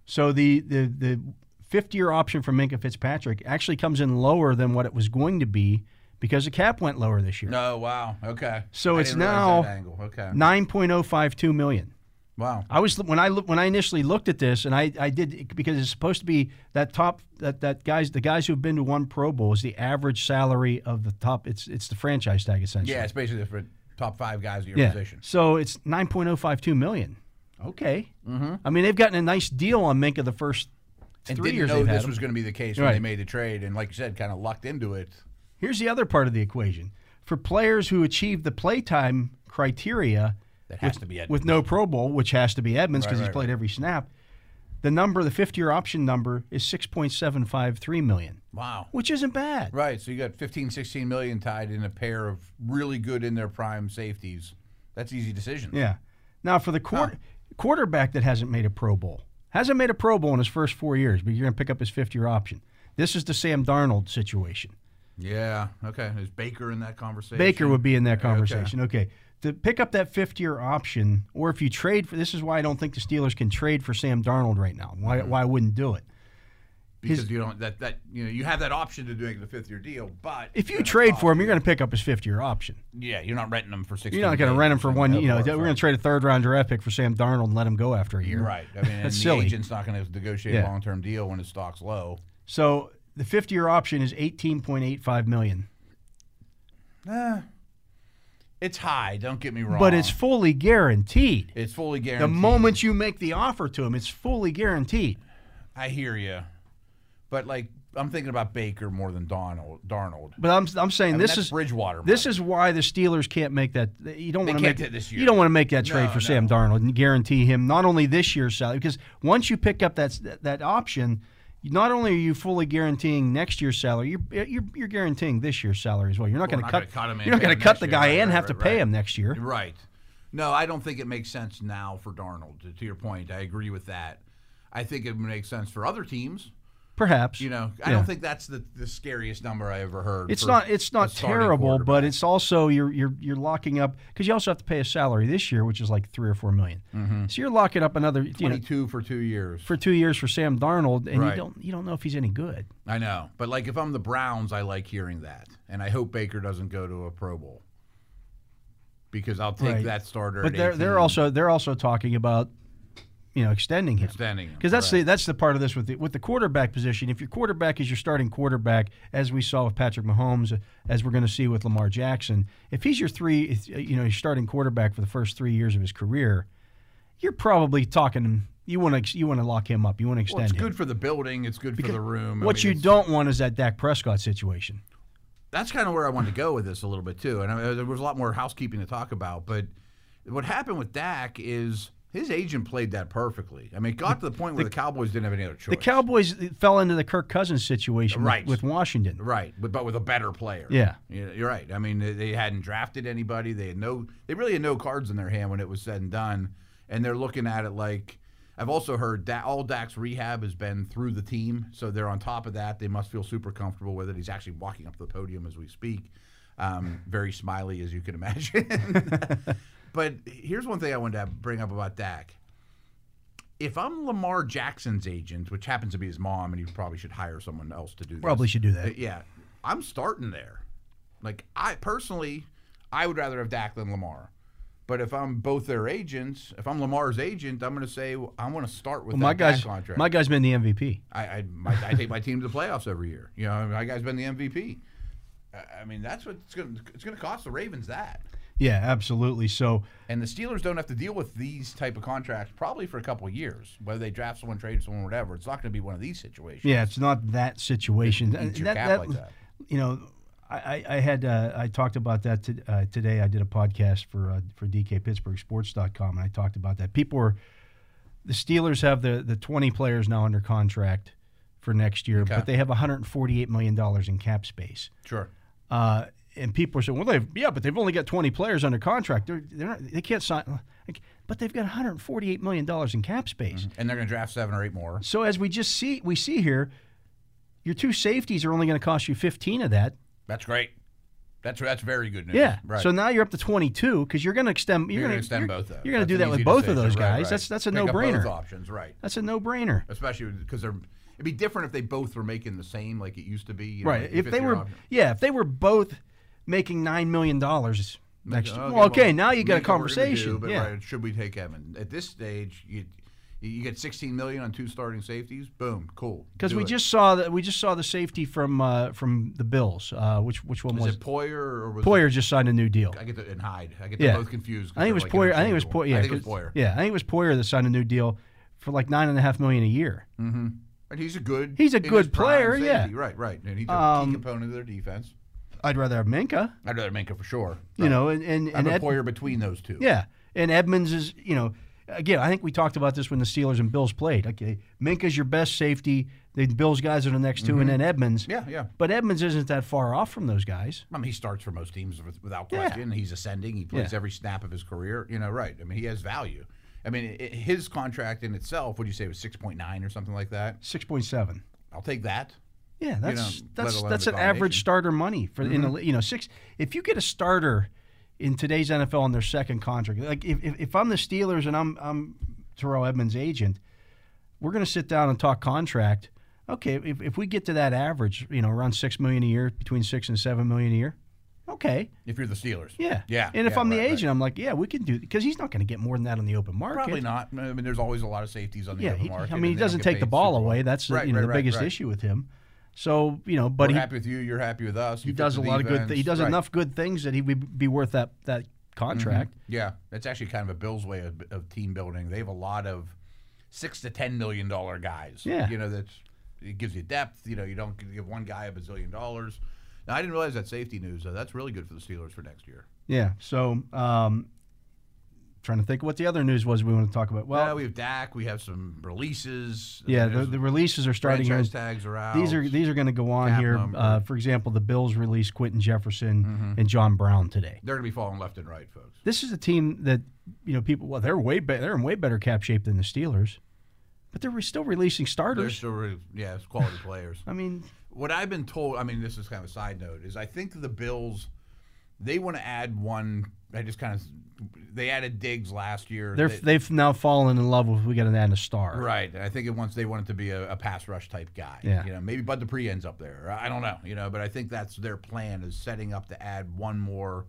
Speaker 2: So the the the 50 year option for Minka Fitzpatrick actually comes in lower than what it was going to be because the cap went lower this year.
Speaker 4: No, wow, okay.
Speaker 2: So
Speaker 4: I
Speaker 2: it's
Speaker 4: didn't realize
Speaker 2: now
Speaker 4: that angle. Okay,
Speaker 2: 9.052 million.
Speaker 4: wow.
Speaker 2: I was when I look when I initially looked at this, and I, I did because it's supposed to be that top that that guys the guys who've been to one Pro Bowl is the average salary of the top. It's it's the franchise tag essentially.
Speaker 4: Yeah, it's basically for top five guys at your
Speaker 2: yeah.
Speaker 4: position.
Speaker 2: So it's nine point oh five two million. Okay. Mm-hmm. I mean, they've gotten a nice deal on Minka the first
Speaker 4: And
Speaker 2: 3
Speaker 4: didn't
Speaker 2: years
Speaker 4: know
Speaker 2: they've had
Speaker 4: this
Speaker 2: him.
Speaker 4: was going to be the case when
Speaker 2: Right.
Speaker 4: they made the trade, and like you said, kind of lucked into it.
Speaker 2: Here's the other part of the equation for players who achieve the playtime criteria.
Speaker 4: That has
Speaker 2: with,
Speaker 4: to be Edmonds.
Speaker 2: with no Pro Bowl, which has to be Edmonds because
Speaker 4: Right,
Speaker 2: he's
Speaker 4: right,
Speaker 2: played every snap. The number, the fifth-year option number, is six point seven five three million,
Speaker 4: Wow.
Speaker 2: which isn't bad.
Speaker 4: Right. So you got 15, 16 million tied in a pair of really good in their prime safeties. That's easy decision.
Speaker 2: Yeah. Now for the quarter, quarterback that hasn't made a Pro Bowl, hasn't made a Pro Bowl in his first four years, but you're going to pick up his fifth-year option. This is the Sam Darnold situation.
Speaker 4: Yeah. Okay. Is Baker in that conversation?
Speaker 2: Baker would be in that conversation. Okay. To pick up that fifth year option, or if you trade for this is why I don't think the Steelers can trade for Sam Darnold right now. Why
Speaker 4: Mm-hmm.
Speaker 2: why I wouldn't do it?
Speaker 4: because you don't that that you know you have that option to doing the fifth year deal, but
Speaker 2: If you
Speaker 4: gonna
Speaker 2: trade
Speaker 4: cost
Speaker 2: for him,
Speaker 4: you-
Speaker 2: you're gonna pick up his fifth year option.
Speaker 4: yeah, you're not renting them for six.
Speaker 2: You're not gonna rent him for one you know, we're gonna trade a third round draft pick for Sam Darnold and let him go after a year.
Speaker 4: Right. I mean, and the
Speaker 2: That's silly.
Speaker 4: agent's not going to negotiate
Speaker 2: Yeah.
Speaker 4: a long term deal when his stock's low.
Speaker 2: So the fifth year option is eighteen point eight five million.
Speaker 4: It's high. Don't get me wrong.
Speaker 2: But it's fully guaranteed.
Speaker 4: it's fully
Speaker 2: The
Speaker 4: guaranteed.
Speaker 2: moment you make the offer to him, it's fully guaranteed.
Speaker 4: I hear you, but like I'm thinking about Baker more than Donald Darnold.
Speaker 2: But I'm, I'm saying
Speaker 4: I mean,
Speaker 2: this
Speaker 4: that's
Speaker 2: is
Speaker 4: Bridgewater
Speaker 2: This
Speaker 4: money.
Speaker 2: is why the Steelers can't make that. You don't want to
Speaker 4: can't
Speaker 2: make
Speaker 4: do it this
Speaker 2: You
Speaker 4: year.
Speaker 2: don't want to make that trade
Speaker 4: No,
Speaker 2: for Sam
Speaker 4: no.
Speaker 2: Darnold and guarantee him not only this year's salary because once you pick up that s- that, that option, not only are you fully guaranteeing next year's salary, you're you're, you're guaranteeing this year's salary as well. You're not
Speaker 4: Well,
Speaker 2: going
Speaker 4: we're
Speaker 2: to
Speaker 4: not
Speaker 2: cut.
Speaker 4: gonna cut him and
Speaker 2: you're not
Speaker 4: pay
Speaker 2: going
Speaker 4: him
Speaker 2: to cut
Speaker 4: next
Speaker 2: the
Speaker 4: year.
Speaker 2: guy
Speaker 4: Right,
Speaker 2: and have
Speaker 4: right,
Speaker 2: to pay
Speaker 4: right.
Speaker 2: him next year.
Speaker 4: Right. No, I don't think it makes sense now for Darnold. To, to your point, I agree with that. I think it makes sense for other teams.
Speaker 2: Perhaps
Speaker 4: You know, I
Speaker 2: Yeah.
Speaker 4: don't think that's the, the scariest number I ever heard.
Speaker 2: It's
Speaker 4: for
Speaker 2: not it's
Speaker 4: a
Speaker 2: not
Speaker 4: starting
Speaker 2: terrible, but
Speaker 4: quarterback.
Speaker 2: it's also you're you're you're locking up because you also have to pay a salary this year, which is like three or four million.
Speaker 4: Mm-hmm.
Speaker 2: So you're locking up another you know,
Speaker 4: 22 for two years.
Speaker 2: for two years for Sam Darnold, and you
Speaker 4: Right.
Speaker 2: don't you don't know if he's any good.
Speaker 4: I know, but like if I'm the Browns, I like hearing that, and I hope Baker doesn't go to a Pro Bowl because I'll take
Speaker 2: Right.
Speaker 4: that starter.
Speaker 2: But
Speaker 4: at
Speaker 2: they're they're
Speaker 4: 18,
Speaker 2: also they're also talking about you know extending him
Speaker 4: extending him.
Speaker 2: because that's
Speaker 4: Right.
Speaker 2: the that's the part of this with the, with the quarterback position. If your quarterback is your starting quarterback, as we saw with Patrick Mahomes, as we're going to see with Lamar Jackson, if he's your three if, you know your starting quarterback for the first three years of his career, you're probably talking you want to you want to lock him up. You want to
Speaker 4: Well,
Speaker 2: extend
Speaker 4: it's
Speaker 2: him.
Speaker 4: good for the building. It's good for the room. I
Speaker 2: what
Speaker 4: mean,
Speaker 2: you
Speaker 4: it's-
Speaker 2: don't want is that Dak Prescott situation.
Speaker 4: that's kind of where I wanted to go with this a little bit too. And I, there was a lot more housekeeping to talk about, but what happened with Dak is his agent played that perfectly. I mean, it got to the point where the, Cowboys didn't have any other choice.
Speaker 2: The Cowboys fell into the Kirk Cousins situation with-
Speaker 4: Right.
Speaker 2: with, Washington.
Speaker 4: Right, but, but with a better player.
Speaker 2: Yeah.
Speaker 4: You- you're right. I mean, they- they hadn't drafted anybody. They had no. They really had no cards in their hand when it was said and done, and they're looking at it like. I've also heard that all Dak's rehab has been through the team, so they're on top of that. They must feel super comfortable with it. He's actually walking up to the podium as we speak, um, very smiley as you can imagine. but here's one thing I wanted to bring up about Dak if I'm Lamar Jackson's agent, which happens to be his mom, and he probably should hire someone else to do this.
Speaker 2: Probably should do that.
Speaker 4: Uh, Yeah, I'm starting there. Like I personally, I would rather have Dak than Lamar. But if I'm both their agents, if I'm Lamar's agent, I'm going to say well, I want to start with
Speaker 2: Well, my
Speaker 4: that Dak
Speaker 2: guy's
Speaker 4: contract.
Speaker 2: my guy's been the MVP.
Speaker 4: I I, my, I take my team to the playoffs every year. You know, my guy's been the MVP. I- I mean, that's what it's going to it's going to cost the Ravens that.
Speaker 2: Yeah, absolutely. So
Speaker 4: And the Steelers don't have to deal with these type of contracts probably for a couple of years, whether they draft someone, trade someone, whatever. It's not going to be one of these situations.
Speaker 2: yeah, it's not that situation.
Speaker 4: eat your cap like that.
Speaker 2: You know, I, I- I had uh, I talked about that to, uh, today. I did a podcast for uh, for DKPittsburghSports.com, and I talked about that. People were the Steelers have the the twenty players now under contract for next year, but they have one hundred and forty eight million dollars in cap space.
Speaker 4: sure.
Speaker 2: Uh, and people are saying, well, they've yeah, but they've only got 20 players under contract. They're, they're not, they can't sign. Like, but they've got 148 million dollars in cap space.
Speaker 4: And they're going to draft seven or eight more.
Speaker 2: So as we just see, we see here, your two safeties are only going to cost you 15 of that.
Speaker 4: That's great. That's that's very good news.
Speaker 2: Yeah.
Speaker 4: Right.
Speaker 2: So now you're up to 22 because you're going to extend. You're,
Speaker 4: you're,
Speaker 2: going to
Speaker 4: extend both. Though.
Speaker 2: You're going
Speaker 4: That's
Speaker 2: to do
Speaker 4: an
Speaker 2: that with
Speaker 4: easy
Speaker 2: both of
Speaker 4: decision.
Speaker 2: those
Speaker 4: Right,
Speaker 2: guys.
Speaker 4: right.
Speaker 2: That's that's a
Speaker 4: Pick up both
Speaker 2: no-brainer.
Speaker 4: options, right?
Speaker 2: That's a no-brainer.
Speaker 4: Especially because they're. It'd be different if they both were making the same like it used to be. you know,
Speaker 2: Right.
Speaker 4: like
Speaker 2: If they
Speaker 4: 50-year
Speaker 2: were,
Speaker 4: option.
Speaker 2: yeah, if they were both making nine million dollars next,
Speaker 4: Okay,
Speaker 2: year, well, okay, now you got a
Speaker 4: make what we're gonna
Speaker 2: conversation.
Speaker 4: do, but
Speaker 2: yeah.
Speaker 4: right, should we take Evan at this stage? You you get 16 million on two starting safeties. Boom, cool.
Speaker 2: Because
Speaker 4: Do
Speaker 2: we
Speaker 4: it.
Speaker 2: just saw that we just saw the safety from uh, from the Bills. Uh, which which one
Speaker 4: was
Speaker 2: was
Speaker 4: it Poyer or was
Speaker 2: Poyer
Speaker 4: It,
Speaker 2: just signed a new deal.
Speaker 4: I get the, and Hyde. I get
Speaker 2: Yeah.
Speaker 4: them both confused. 'cause
Speaker 2: I think it
Speaker 4: they're,
Speaker 2: was
Speaker 4: like,
Speaker 2: Poyer. I think it was Poyer.
Speaker 4: interchangeable.
Speaker 2: Yeah,
Speaker 4: I think it
Speaker 2: 'cause-
Speaker 4: was Poyer.
Speaker 2: Yeah, I think it was Poyer that signed a new deal for like nine and a half million a year.
Speaker 4: and he's a good.
Speaker 2: He's a
Speaker 4: in his
Speaker 2: good
Speaker 4: prime
Speaker 2: player,
Speaker 4: Safety.
Speaker 2: yeah.
Speaker 4: right, right. And he's a
Speaker 2: Um,
Speaker 4: key component of their defense.
Speaker 2: I'd rather have Minka,
Speaker 4: I'd rather make it for sure.
Speaker 2: you know, and and,
Speaker 4: I'm
Speaker 2: and
Speaker 4: a
Speaker 2: Ed-
Speaker 4: Poyer between those two.
Speaker 2: yeah, and Edmonds is you know. Again, I think we talked about this when the Steelers and Bills played. Okay, Minka's your best safety. The Bills guys are the next 2 and then Edmonds.
Speaker 4: Mm-hmm. yeah, yeah.
Speaker 2: But Edmonds isn't that far off from those guys.
Speaker 4: I mean, he starts for most teams with- without
Speaker 2: Yeah.
Speaker 4: question. He's ascending. He plays
Speaker 2: Yeah.
Speaker 4: every snap of his career. You know, right? I mean, he has value. I mean, i his contract in itself, would you say, was six point nine or something like that?
Speaker 2: Six point seven.
Speaker 4: I'll take that.
Speaker 2: Yeah, that's
Speaker 4: know, let
Speaker 2: that's
Speaker 4: alone
Speaker 2: that's
Speaker 4: the Mm-hmm.
Speaker 2: an average
Speaker 4: domination.
Speaker 2: starter money for in the you know six. If you get a starter in today's NFL on their second contract, like if, if, if I'm the Steelers and I'm I'm Terrell Edmonds' agent, we're going to sit down and talk contract. Okay, if, if we get to that average, you know, around six million a year, between six and seven million a year, okay,
Speaker 4: If you're the Steelers,
Speaker 2: yeah,
Speaker 4: yeah.
Speaker 2: And if
Speaker 4: yeah,
Speaker 2: I'm the
Speaker 4: right, right.
Speaker 2: agent, I'm like, yeah, we can do because he's not going to get more than that on the open market.
Speaker 4: probably not. I mean, there's always a lot of safeties on the
Speaker 2: Yeah,
Speaker 4: open
Speaker 2: he,
Speaker 4: market.
Speaker 2: I
Speaker 4: and
Speaker 2: mean, he
Speaker 4: they don't
Speaker 2: doesn't
Speaker 4: get
Speaker 2: take
Speaker 4: paid
Speaker 2: the ball
Speaker 4: Super Bowl.
Speaker 2: away. That's the
Speaker 4: Right,
Speaker 2: you know
Speaker 4: right,
Speaker 2: the
Speaker 4: right,
Speaker 2: biggest
Speaker 4: right.
Speaker 2: issue with him. So you know, but
Speaker 4: We're
Speaker 2: he,
Speaker 4: happy with you. You're happy with us.
Speaker 2: he does a lot of good. Th- he does enough good things that he would be worth that that contract.
Speaker 4: Yeah, that's actually kind of a Bills way of, of team building. They have a lot of six to ten million dollar guys.
Speaker 2: Yeah.
Speaker 4: you know that's it gives you depth. You know, you don't give one guy a bazillion dollars. Now I didn't realize that safety news. Though. That's really good for the Steelers for next year.
Speaker 2: Yeah. So, um, trying to think what the other news was we want to talk about. Well,
Speaker 4: Well, we have Dak. We have some releases.
Speaker 2: yeah, the,
Speaker 4: There's
Speaker 2: the releases are starting. here.
Speaker 4: franchise tags are out.
Speaker 2: These are these are going to go on
Speaker 4: Cap
Speaker 2: here.
Speaker 4: number. Mm-hmm.
Speaker 2: Uh, for example, the Bills released Quentin Jefferson and John Brown today.
Speaker 4: they're going to be falling left and right, folks.
Speaker 2: This is a team that you know people. Well, they're way better. They're in way better cap shape than the Steelers, but they're re- still releasing
Speaker 4: They're
Speaker 2: starters.
Speaker 4: still, really, yeah, it's quality players.
Speaker 2: I mean,
Speaker 4: what I've been told, I mean, this is kind of a side note, is I think the Bills, they want to add one. I just kind of, they added Diggs last year.
Speaker 2: they're
Speaker 4: They-
Speaker 2: they, have now fallen in love with we got to add a star.
Speaker 4: right. And I think it wants they want it to be a, a pass rush type guy.
Speaker 2: Yeah.
Speaker 4: You know, maybe Bud Dupree ends up there. I don't know. You know, but I think that's their plan is setting up to add one more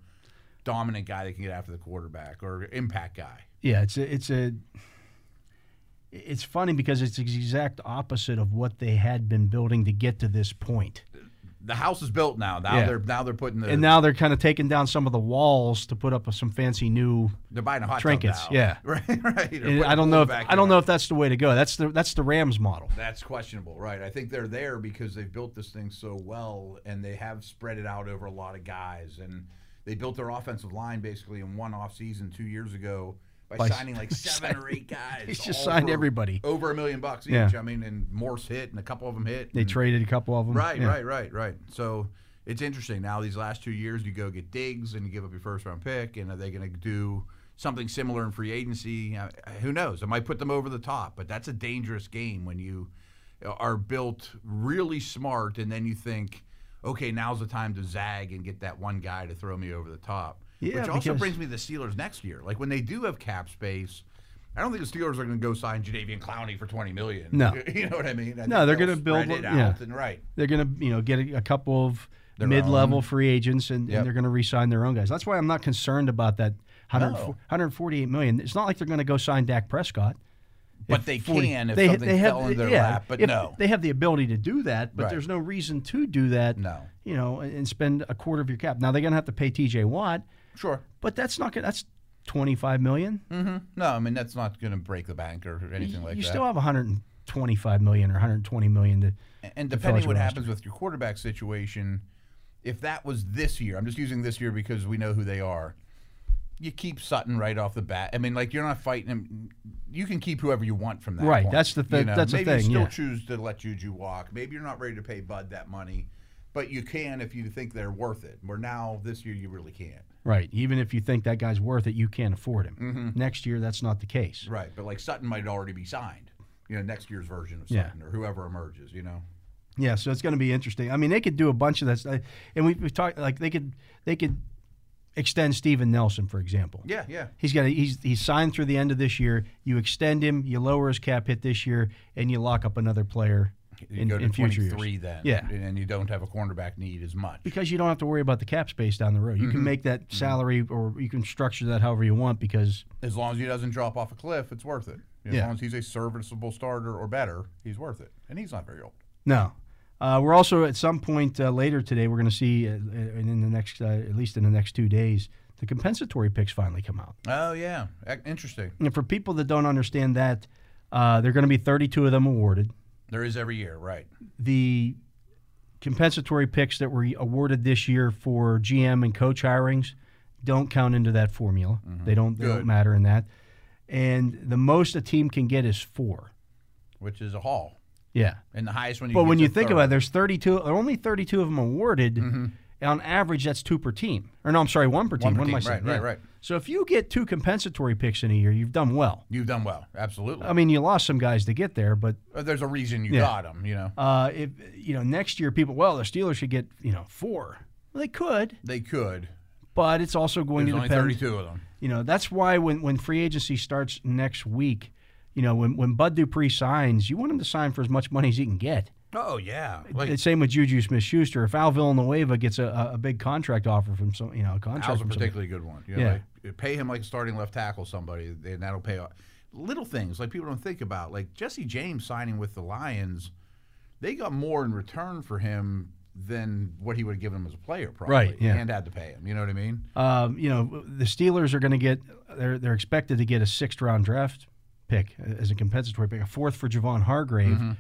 Speaker 4: dominant guy that can get after the quarterback or impact guy.
Speaker 2: Yeah, it's a, it's a it's funny because it's the exact opposite of what they had been building to get to this point.
Speaker 4: the house is built now. Now
Speaker 2: Yeah.
Speaker 4: they're now they're putting the
Speaker 2: and now they're kind of taking down some of the walls to put up some fancy new.
Speaker 4: they're buying a hot tub
Speaker 2: trinkets,
Speaker 4: now.
Speaker 2: yeah.
Speaker 4: right, right. They're
Speaker 2: and
Speaker 4: putting
Speaker 2: I don't know.
Speaker 4: a
Speaker 2: If,
Speaker 4: pool back
Speaker 2: I don't
Speaker 4: in.
Speaker 2: know if that's the way to go. That's the that's the Rams model.
Speaker 4: That's questionable, right? I think they're there because they've built this thing so well, and they have spread it out over a lot of guys, and they built their offensive line basically in one off season two years ago by,
Speaker 2: By-
Speaker 4: signing like seven or eight guys.
Speaker 2: He's just
Speaker 4: all
Speaker 2: signed
Speaker 4: for
Speaker 2: everybody.
Speaker 4: over a million bucks each.
Speaker 2: Yeah.
Speaker 4: I mean, and Morse hit, and a couple of them hit.
Speaker 2: They
Speaker 4: and-
Speaker 2: traded a couple of them.
Speaker 4: mm. Right,
Speaker 2: Yeah.
Speaker 4: right, right, right. So it's interesting now. These last two years, you go get Diggs and you give up your first round pick, and are they going to do something similar in free agency? Uh, who knows? It might put them over the top, but that's a dangerous game when you uh, are built really smart, and then you think, okay, now's the time to zag and get that one guy to throw me over the top.
Speaker 2: Yeah,
Speaker 4: Which also
Speaker 2: because-
Speaker 4: brings me to the Steelers next year. Like when they do have cap space. I don't think the Steelers are going to go sign Jadavian Clowney for twenty million.
Speaker 2: No.
Speaker 4: you know what I mean. I
Speaker 2: No,
Speaker 4: think
Speaker 2: they're
Speaker 4: they'll
Speaker 2: gonna build
Speaker 4: spread it
Speaker 2: what- yeah.
Speaker 4: out and right.
Speaker 2: They're gonna you know get a, a couple of mid-level free agents and,
Speaker 4: Yep.
Speaker 2: and they're gonna re-sign their own guys. That's why I'm not concerned about that 100,
Speaker 4: No.
Speaker 2: 148 million. It's not like they're gonna go sign Dak Prescott.
Speaker 4: But they
Speaker 2: 40
Speaker 4: can if something fell in their
Speaker 2: yeah,
Speaker 4: lap. But
Speaker 2: if-
Speaker 4: no,
Speaker 2: they have the ability to do that. But
Speaker 4: Right.
Speaker 2: there's no reason to do that.
Speaker 4: No.
Speaker 2: you know, and and spend a quarter of your cap. Now they're gonna have to pay T.J. Watt,
Speaker 4: sure.
Speaker 2: but that's not gonna, that's 25 million.
Speaker 4: No, I mean that's not going to break the bank or Hmm. anything like
Speaker 2: you
Speaker 4: that.
Speaker 2: still have 125 million or 120 million to.
Speaker 4: and depending
Speaker 2: college
Speaker 4: what
Speaker 2: roster.
Speaker 4: happens with your quarterback situation, if that was this year, I'm just using this year because we know who they are. You keep Sutton right off the bat. I mean, like you're not fighting him. You can keep whoever you want from that.
Speaker 2: Right,
Speaker 4: point,
Speaker 2: that's the thi-
Speaker 4: you know?
Speaker 2: that's the
Speaker 4: Maybe
Speaker 2: thing,
Speaker 4: You still
Speaker 2: yeah.
Speaker 4: choose to let Juju walk. Maybe you're not ready to pay Bud that money, but you can if you think they're worth it. Where now this year you really can't.
Speaker 2: Right. Even if you think that guy's worth it, you can't afford him. Next year, that's not the case.
Speaker 4: Mm-hmm. Right, but like Sutton might already be signed. You know, next year's version of
Speaker 2: Yeah.
Speaker 4: Sutton or whoever emerges. You know,
Speaker 2: Yeah. So it's going to be interesting. I mean, they could do a bunch of that, stuff. and we, we've talked like they could they could extend Steven Nelson, for example.
Speaker 4: yeah, yeah,
Speaker 2: He's got a, he's he's signed through the end of this year. You extend him, you lower his cap hit this year, and you lock up another player
Speaker 4: you
Speaker 2: in,
Speaker 4: go to
Speaker 2: in future
Speaker 4: twenty-three
Speaker 2: years.
Speaker 4: then,
Speaker 2: Yeah.
Speaker 4: and, and you don't have a cornerback need as much.
Speaker 2: Because you don't have to worry about the cap space down the road. You
Speaker 4: Mm-hmm.
Speaker 2: can make that salary, or you can structure that however you want. Because
Speaker 4: as long as he doesn't drop off a cliff, it's worth it. As
Speaker 2: Yeah.
Speaker 4: long as he's a serviceable starter or better, he's worth it, and he's not very old.
Speaker 2: No. Uh, we're also at some point uh, later today. We're going to see, uh, uh, in the next, uh, at least in the next two days, the compensatory picks finally come out.
Speaker 4: Oh yeah, Ac- interesting.
Speaker 2: And for people that don't understand that, uh, there are going to be 32 of them awarded.
Speaker 4: There is every year, right?
Speaker 2: The compensatory picks that were awarded this year for GM and coach hirings don't count into that formula. They don't.
Speaker 4: Mm-hmm.
Speaker 2: They
Speaker 4: Good.
Speaker 2: don't matter in that. And the most a team can get is four.
Speaker 4: Which is a haul,
Speaker 2: Yeah.
Speaker 4: and the highest one. you
Speaker 2: But
Speaker 4: can
Speaker 2: when
Speaker 4: get's
Speaker 2: you
Speaker 4: a
Speaker 2: think
Speaker 4: third. Mm-hmm.
Speaker 2: about it, there's 32, there are only 32 of them awarded. On average, that's two per team. Or no, I'm sorry, one per team.
Speaker 4: per
Speaker 2: what am I
Speaker 4: team, right,
Speaker 2: saying?
Speaker 4: right, right.
Speaker 2: So if you get two compensatory picks in a year, you've done well.
Speaker 4: you've done well. Absolutely.
Speaker 2: I mean, you lost some guys to get there, but
Speaker 4: Uh, There's a reason you
Speaker 2: Yeah.
Speaker 4: got him. You know,
Speaker 2: uh, if you know next year, people well, the Steelers should get you know four. Well, they could,
Speaker 4: they could.
Speaker 2: but it's also going
Speaker 4: There's
Speaker 2: to
Speaker 4: only
Speaker 2: depend.
Speaker 4: 32 of them.
Speaker 2: You know, that's why when, when free agency starts next week, you know, when, when Bud Dupree signs, you want him to sign for as much money as he can get.
Speaker 4: Oh yeah, like
Speaker 2: It's same with Juju Smith-Schuster. If Al Villanueva gets a, a- a big contract offer from some, you know, a contract
Speaker 4: Al's a
Speaker 2: from somebody-
Speaker 4: particularly good one. You know,
Speaker 2: Yeah.
Speaker 4: like, pay him like a starting left tackle, somebody, and that'll pay off. Little things like people don't think about, like Jesse James signing with the Lions, they got more in return for him than what he would have given him as a player, probably.
Speaker 2: Right, yeah.
Speaker 4: And had to pay him. You know what I mean?
Speaker 2: um, you know, the Steelers are going to get they're they're expected to get a sixth round draft pick as a compensatory pick, a fourth for Javon Hargrave,
Speaker 4: Mm-hmm.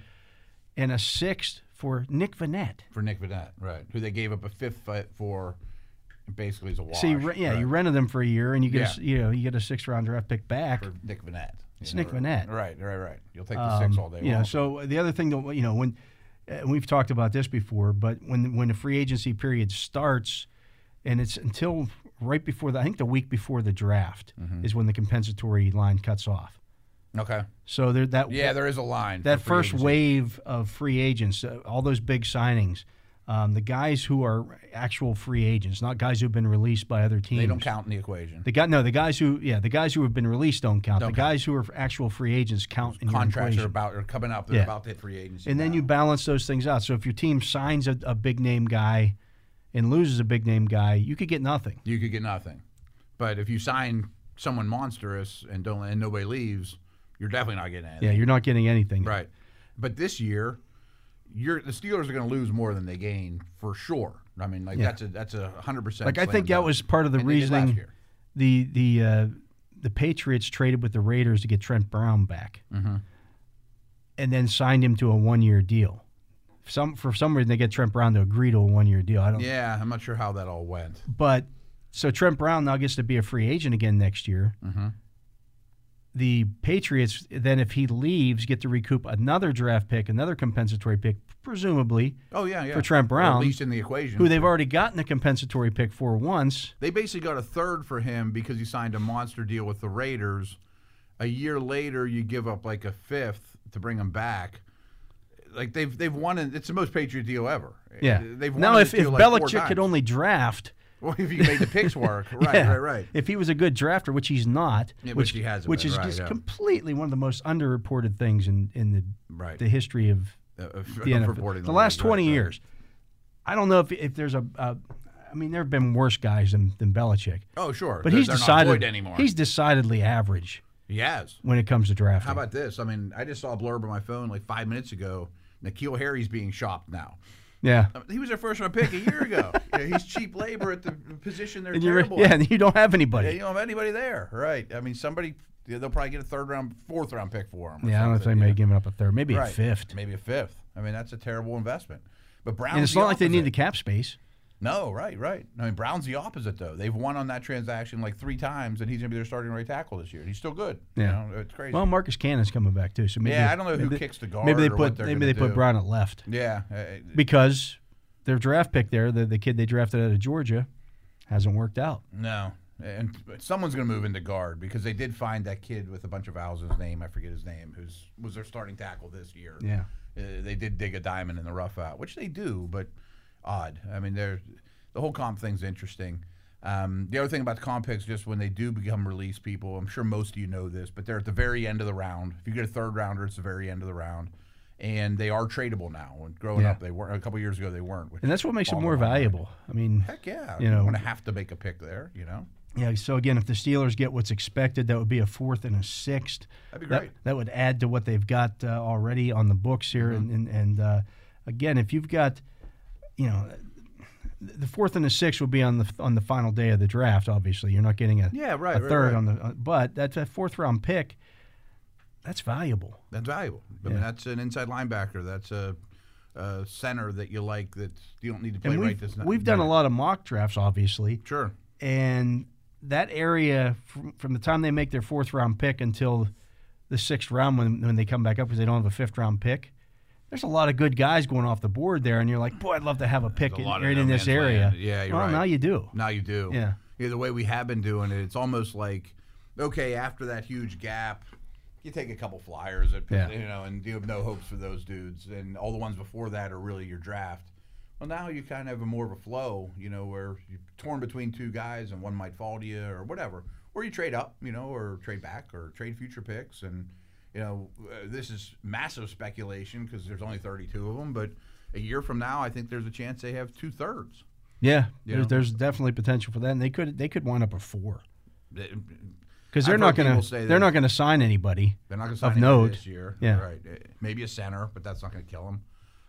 Speaker 2: and a sixth for Nick Vanette.
Speaker 4: for Nick Vanette, right? Who they gave up a fifth fi- for, basically as a wash.
Speaker 2: So you re- yeah,
Speaker 4: right,
Speaker 2: you rented them for a year, and you get a s
Speaker 4: Yeah.
Speaker 2: you know you get a sixth round draft pick back.
Speaker 4: for Nick Vanette. It's
Speaker 2: Nick Vanette.
Speaker 4: Right, right, right. You'll take the six all day.
Speaker 2: you know,
Speaker 4: long.
Speaker 2: so the other thing that you know when and we've talked about this before, but when when the free agency period starts, and it's until right before the I think the week before the draft
Speaker 4: Mm-hmm.
Speaker 2: is when the compensatory line cuts off.
Speaker 4: okay.
Speaker 2: So there that
Speaker 4: Yeah, there is a line. for
Speaker 2: that
Speaker 4: free
Speaker 2: first
Speaker 4: agency.
Speaker 2: wave of free agents, uh, all those big signings, um, the guys who are actual free agents, not guys who've been released by other teams.
Speaker 4: They don't count in the equation.
Speaker 2: The guy, no, the guys who, yeah, the guys who have been released don't count. the guys who are actual free agents count in your
Speaker 4: Contracts are
Speaker 2: equation.
Speaker 4: about are coming up. They're
Speaker 2: Yeah.
Speaker 4: about to hit free agency.
Speaker 2: And then
Speaker 4: now.
Speaker 2: you balance those things out. So if your team signs a, a big name guy and loses a big name guy, you could get nothing.
Speaker 4: you could get nothing. But if you sign someone monstrous and don't and nobody leaves, you're definitely not getting anything.
Speaker 2: Yeah, you're not getting anything.
Speaker 4: Right. But this year, you're the Steelers are going to lose more than they gain for sure. I mean, like that's a that's a hundred percent.
Speaker 2: Like I
Speaker 4: slam
Speaker 2: think that
Speaker 4: dunk.
Speaker 2: was part of the
Speaker 4: And they did last
Speaker 2: reasoning.
Speaker 4: year.
Speaker 2: The the uh, the Patriots traded with the Raiders to get Trent Brown back, and then signed him to a one year deal. Some for some reason they get Trent Brown to agree to a one year deal. I don't.
Speaker 4: Yeah, I'm not sure how that all went.
Speaker 2: But so Trent Brown now gets to be a free agent again next year.
Speaker 4: Mm-hmm.
Speaker 2: The Patriots then, if he leaves, get to recoup another draft pick, another compensatory pick, presumably,
Speaker 4: Oh yeah, yeah.
Speaker 2: For Trent
Speaker 4: Or
Speaker 2: Brown,
Speaker 4: at least in the equation,
Speaker 2: who they've already gotten a compensatory pick for once.
Speaker 4: They basically got a third for him because he signed a monster deal with the Raiders. A year later, you give up like a fifth to bring him back. Like they've they've won. An, it's the most Patriot deal ever.
Speaker 2: Yeah.
Speaker 4: They've won
Speaker 2: now,
Speaker 4: this
Speaker 2: if, if
Speaker 4: deal, like, four
Speaker 2: Belichick could
Speaker 4: times.
Speaker 2: only draft,
Speaker 4: well, if you made the picks work, right,
Speaker 2: yeah,
Speaker 4: right, right.
Speaker 2: If he was a good drafter, which he's not,
Speaker 4: Yeah,
Speaker 2: which,
Speaker 4: which he hasn't
Speaker 2: which
Speaker 4: been,
Speaker 2: is
Speaker 4: right,
Speaker 2: just
Speaker 4: yeah.
Speaker 2: completely one of the most underreported things in in the
Speaker 4: Right.
Speaker 2: the history of
Speaker 4: Uh, of-
Speaker 2: the
Speaker 4: of
Speaker 2: NFL.
Speaker 4: reporting
Speaker 2: the
Speaker 4: the
Speaker 2: last
Speaker 4: league,
Speaker 2: 20
Speaker 4: right, right.
Speaker 2: years. I don't know if, if there's a, a. I mean, there have been worse guys than, than Belichick,
Speaker 4: Oh, sure.
Speaker 2: but
Speaker 4: They're-
Speaker 2: he's
Speaker 4: they're
Speaker 2: decided
Speaker 4: not employed anymore.
Speaker 2: he's decidedly average
Speaker 4: he has.
Speaker 2: when it comes to drafting.
Speaker 4: How about this? I mean, I just saw a blurb on my phone like five minutes ago. Nikhil Harry's being shopped now.
Speaker 2: yeah?
Speaker 4: I mean, He was their first round pick a year ago. yeah, he's cheap labor at the position they're
Speaker 2: And you're,
Speaker 4: terrible.
Speaker 2: yeah,
Speaker 4: at.
Speaker 2: and you don't have
Speaker 4: Yeah,
Speaker 2: anybody.
Speaker 4: you don't have anybody there, right? I mean, somebody yeah, they'll probably get a third round, fourth round pick for him. or
Speaker 2: Yeah, I don't know if
Speaker 4: something,
Speaker 2: they
Speaker 4: yeah.
Speaker 2: may have given up a third, maybe a
Speaker 4: Right.
Speaker 2: fifth.
Speaker 4: maybe a fifth. I mean, that's a terrible investment. But Brown's
Speaker 2: And it's
Speaker 4: the
Speaker 2: not like they need the
Speaker 4: opposite.
Speaker 2: cap space.
Speaker 4: No, right, right. I mean, Brown's the opposite though. They've won on that transaction like three times, and he's gonna be their starting right tackle this year. And he's still good. You
Speaker 2: Yeah.
Speaker 4: know, it's crazy.
Speaker 2: Well, Marcus Cannon's coming back too, so maybe
Speaker 4: Yeah, I don't know who
Speaker 2: maybe-
Speaker 4: kicks the guard
Speaker 2: Maybe they
Speaker 4: or what
Speaker 2: put
Speaker 4: they're
Speaker 2: maybe
Speaker 4: gonna
Speaker 2: they put
Speaker 4: do.
Speaker 2: Brown at left
Speaker 4: yeah, uh,
Speaker 2: because their draft pick there, the, the kid they drafted out of Georgia, hasn't worked out.
Speaker 4: No. And someone's going to move into guard because they did find that kid with a bunch of vowels in his name. I forget his name. Who's was their starting tackle this year?
Speaker 2: Yeah.
Speaker 4: Uh, they did dig a diamond in the rough out, which they do, but odd. I mean, they're, the whole comp thing's interesting. Um, the other thing about the comp picks, just when they do become release people, I'm sure most of you know this, but they're at the very end of the round. If you get a third rounder, it's the very end of the round, and they are tradable now. When growing
Speaker 2: Yeah.
Speaker 4: up, they weren't. A couple years ago, they weren't. which
Speaker 2: And that's what makes it
Speaker 4: boggles
Speaker 2: more
Speaker 4: my mind.
Speaker 2: valuable. I mean,
Speaker 4: Heck yeah,
Speaker 2: You
Speaker 4: you
Speaker 2: know.
Speaker 4: know, want to have to make a pick there. You know.
Speaker 2: yeah. So again, if the Steelers get what's expected, that would be a fourth and a sixth.
Speaker 4: That'd be
Speaker 2: That,
Speaker 4: great.
Speaker 2: that would add to what they've got uh, already on the books here.
Speaker 4: Mm-hmm.
Speaker 2: And and, and uh, again, if you've got, you know, the fourth and the sixth will be on the on the final day of the draft. Obviously, you're not getting a
Speaker 4: Yeah,
Speaker 2: a
Speaker 4: right, right, right.
Speaker 2: third on the uh, but that's a fourth round pick. That's valuable.
Speaker 4: That's valuable. I
Speaker 2: Yeah.
Speaker 4: mean, that's an inside linebacker. That's a, a center that you like that you don't need to play
Speaker 2: and
Speaker 4: right
Speaker 2: we've,
Speaker 4: this
Speaker 2: we've done a lot of mock drafts, obviously.
Speaker 4: Sure.
Speaker 2: and that area from, from the time they make their fourth round pick until the sixth round when, when they come back up because they don't have a fifth round pick there's a lot of good guys going off the board there and you're like boy i'd love to have a pick
Speaker 4: There's a
Speaker 2: in,
Speaker 4: lot of
Speaker 2: right
Speaker 4: no
Speaker 2: in this
Speaker 4: man's
Speaker 2: area
Speaker 4: land. Yeah, you're
Speaker 2: well
Speaker 4: right.
Speaker 2: now you do
Speaker 4: Now you do.
Speaker 2: Yeah.
Speaker 4: The way we have been doing it, it's almost like, okay, after that huge gap, you take a couple flyers at
Speaker 2: Yeah.
Speaker 4: you know, and you have no hopes for those dudes, and all the ones before that are really your draft. Well, now you kind of have a more of a flow, you know, where you're torn between two guys, and one might fall to you or whatever, or you trade up, you know, or trade back or trade future picks, and you know, uh, this is massive speculation because there's only 32 of them, but a year from now, I think there's a chance they have two thirds.
Speaker 2: yeah
Speaker 4: You
Speaker 2: there's,
Speaker 4: know?
Speaker 2: there's definitely potential for that and they could they could wind up a four because
Speaker 4: I've
Speaker 2: they're not
Speaker 4: heard people
Speaker 2: going
Speaker 4: say
Speaker 2: to
Speaker 4: that
Speaker 2: they're not
Speaker 4: it's-
Speaker 2: going to sign anybody
Speaker 4: They're not going to
Speaker 2: of
Speaker 4: sign anybody
Speaker 2: note.
Speaker 4: this year.
Speaker 2: Yeah.
Speaker 4: Right. Eh, Maybe a center, but that's not going to kill them.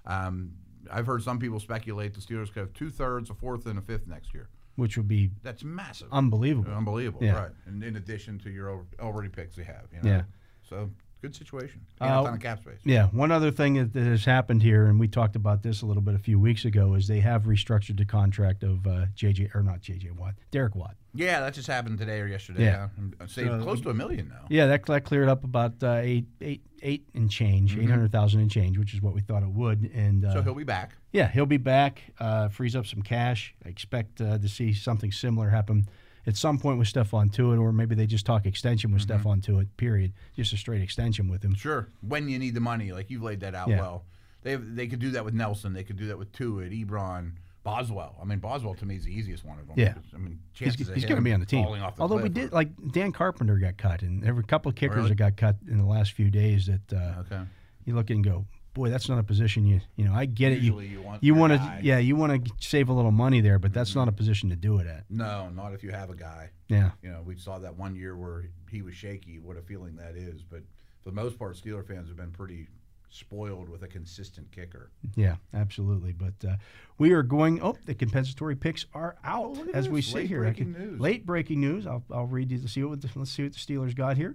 Speaker 4: Um, I've heard some people speculate the Steelers could have two thirds, a fourth, and a fifth next year.
Speaker 2: which would be
Speaker 4: That's massive.
Speaker 2: unbelievable
Speaker 4: Unbelievable.
Speaker 2: Um, Yeah.
Speaker 4: Right. And in addition to your al- already picks you have. You know?
Speaker 2: Yeah.
Speaker 4: So good situation. And it's
Speaker 2: Uh,
Speaker 4: on a cap space.
Speaker 2: Yeah, one other thing that, that has happened here, and we talked about this a little bit a few weeks ago, is they have restructured the contract of uh, JJ or not JJ Watt, Derek Watt.
Speaker 4: Yeah, that just happened today or yesterday.
Speaker 2: Yeah.
Speaker 4: Yeah. yeah. Saved close to a million now.
Speaker 2: Yeah, that, that cleared up about uh, eight eight eight and change, hundred thousand and change, which is what we thought it would. And uh,
Speaker 4: Mm-hmm. So he'll be back.
Speaker 2: yeah, he'll be back, uh, frees up some cash. I expect uh, to see something similar happen at some point with Stephon Tuitt, or maybe they just talk extension with
Speaker 4: Mm-hmm.
Speaker 2: Stephon Tuitt. Period, just a straight extension with him.
Speaker 4: Sure. When you need the money, like you've laid that out
Speaker 2: Yeah.
Speaker 4: well. They have, they could do that with Nelson. They could do that with Tuitt, Ebron, Boswell. I mean, Boswell to me is the easiest one of them.
Speaker 2: Yeah.
Speaker 4: I mean,
Speaker 2: He's,
Speaker 4: chances of
Speaker 2: he's
Speaker 4: him
Speaker 2: going to be on the team.
Speaker 4: falling off the
Speaker 2: Although we
Speaker 4: cliff
Speaker 2: did,
Speaker 4: are-
Speaker 2: like Dan Carpenter got cut, and there were a couple of kickers
Speaker 4: Really?
Speaker 2: that got cut in the last few days. That uh,
Speaker 4: okay.
Speaker 2: you look and go, boy, that's not a position you you know. I get
Speaker 4: Usually
Speaker 2: it.
Speaker 4: you want
Speaker 2: you
Speaker 4: your
Speaker 2: want to
Speaker 4: guy. Mm-hmm.
Speaker 2: yeah you want to save a little money there, but that's not a position to do it at.
Speaker 4: No, not if you have a guy.
Speaker 2: Yeah,
Speaker 4: You know, we saw that one year where he was shaky. What a feeling that is. But for the most part, Steeler fans have been pretty spoiled with a consistent kicker.
Speaker 2: Yeah, absolutely. But uh, we are going. Oh, the compensatory picks are out
Speaker 4: Oh, look at
Speaker 2: as we
Speaker 4: this.
Speaker 2: sit
Speaker 4: Late
Speaker 2: here. I
Speaker 4: breaking news.
Speaker 2: Late breaking news. I'll, I'll read you. See what the, let's see what the Steelers got here.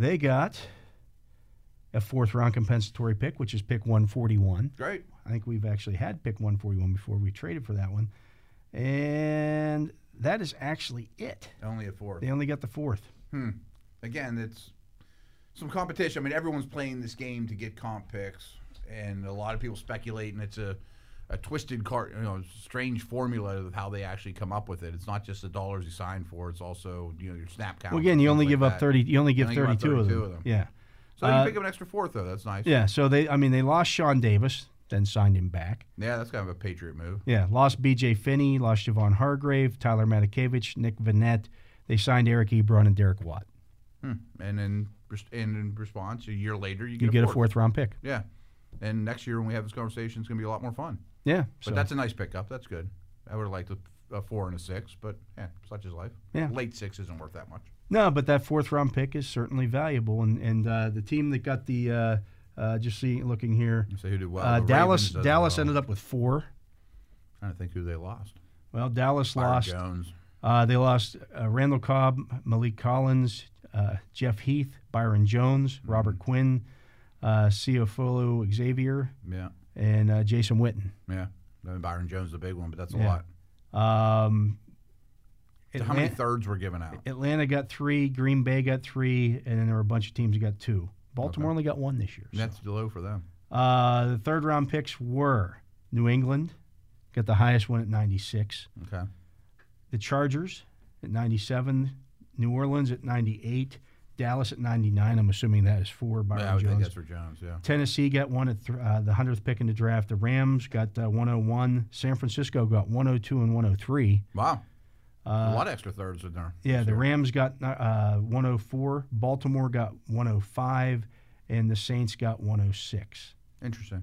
Speaker 2: They got a fourth round compensatory pick, which is pick 141.
Speaker 4: Great.
Speaker 2: I think we've actually had pick 141 before we traded for that one. And that is actually it.
Speaker 4: Only a four.
Speaker 2: They only got the fourth.
Speaker 4: Again, it's some competition. I mean, everyone's playing this game to get comp picks, and a lot of people speculate, and it's a a twisted cart, you know, strange formula of how they actually come up with it. It's not just the dollars you sign for; it's also you know your snap count.
Speaker 2: Well, again,
Speaker 4: and
Speaker 2: you
Speaker 4: things
Speaker 2: only
Speaker 4: like
Speaker 2: give up
Speaker 4: that.
Speaker 2: 30. You only give
Speaker 4: only give up
Speaker 2: 32, of,
Speaker 4: 32
Speaker 2: them.
Speaker 4: of them.
Speaker 2: Yeah.
Speaker 4: So you
Speaker 2: uh,
Speaker 4: pick up an extra fourth, though. That's nice.
Speaker 2: Yeah. So they, I mean, they lost Sean Davis, then signed him back.
Speaker 4: yeah, that's kind of a patriot move.
Speaker 2: Yeah, lost B.J. Finney, lost Javon Hargrave, Tyler Matakevich, Nick Vanette. They signed Eric Ebron and Derek Watt.
Speaker 4: And then, res- and in response, a year later, you get,
Speaker 2: You get a fourth round pick.
Speaker 4: Yeah. And next year when we have this conversation, it's going to be a lot more fun.
Speaker 2: Yeah,
Speaker 4: But
Speaker 2: so-
Speaker 4: that's a nice pickup. That's good. I would have liked a, a four and a six, but yeah, such is life.
Speaker 2: Yeah.
Speaker 4: Late six isn't worth that much.
Speaker 2: no, but that fourth round pick is certainly valuable. And and uh, the team that got the uh, uh, just see looking here,
Speaker 4: So who did well?
Speaker 2: uh,
Speaker 4: The
Speaker 2: Dallas.
Speaker 4: Ravens does
Speaker 2: Dallas
Speaker 4: well.
Speaker 2: ended up with four.
Speaker 4: I'm trying to think who they lost.
Speaker 2: Well, Dallas
Speaker 4: Byron
Speaker 2: lost.
Speaker 4: Jones.
Speaker 2: Uh, they lost uh, Randall Cobb, Malik Collins, uh, Jeff Heath, Byron Jones,
Speaker 4: Mm-hmm.
Speaker 2: Robert Quinn, uh, Ciofolo Xavier,
Speaker 4: Yeah.
Speaker 2: and uh, Jason Witten.
Speaker 4: Yeah. I mean, Byron Jones is a big one, but that's a
Speaker 2: Yeah.
Speaker 4: lot.
Speaker 2: Um,
Speaker 4: So how many
Speaker 2: Atlan-
Speaker 4: thirds were given out?
Speaker 2: Atlanta got three, Green Bay got three, and then there were a bunch of teams that got two. Baltimore only got one this year. so.
Speaker 4: That's low for them.
Speaker 2: Uh, the third round picks were New England, got the highest one at 96.
Speaker 4: Okay.
Speaker 2: The Chargers at 97. New Orleans at 98. Dallas at 99. I'm assuming that is for Byron
Speaker 4: Yeah, I would think
Speaker 2: Jones.
Speaker 4: that's for Jones, yeah.
Speaker 2: Tennessee got one at th- uh, the 100th pick in the draft. The Rams got uh, 101. San Francisco got 102 and 103.
Speaker 4: Wow. a
Speaker 2: Uh,
Speaker 4: lot of extra thirds in there.
Speaker 2: Yeah, the Rams got uh, 104, Baltimore got 105, and the Saints got 106.
Speaker 4: Interesting.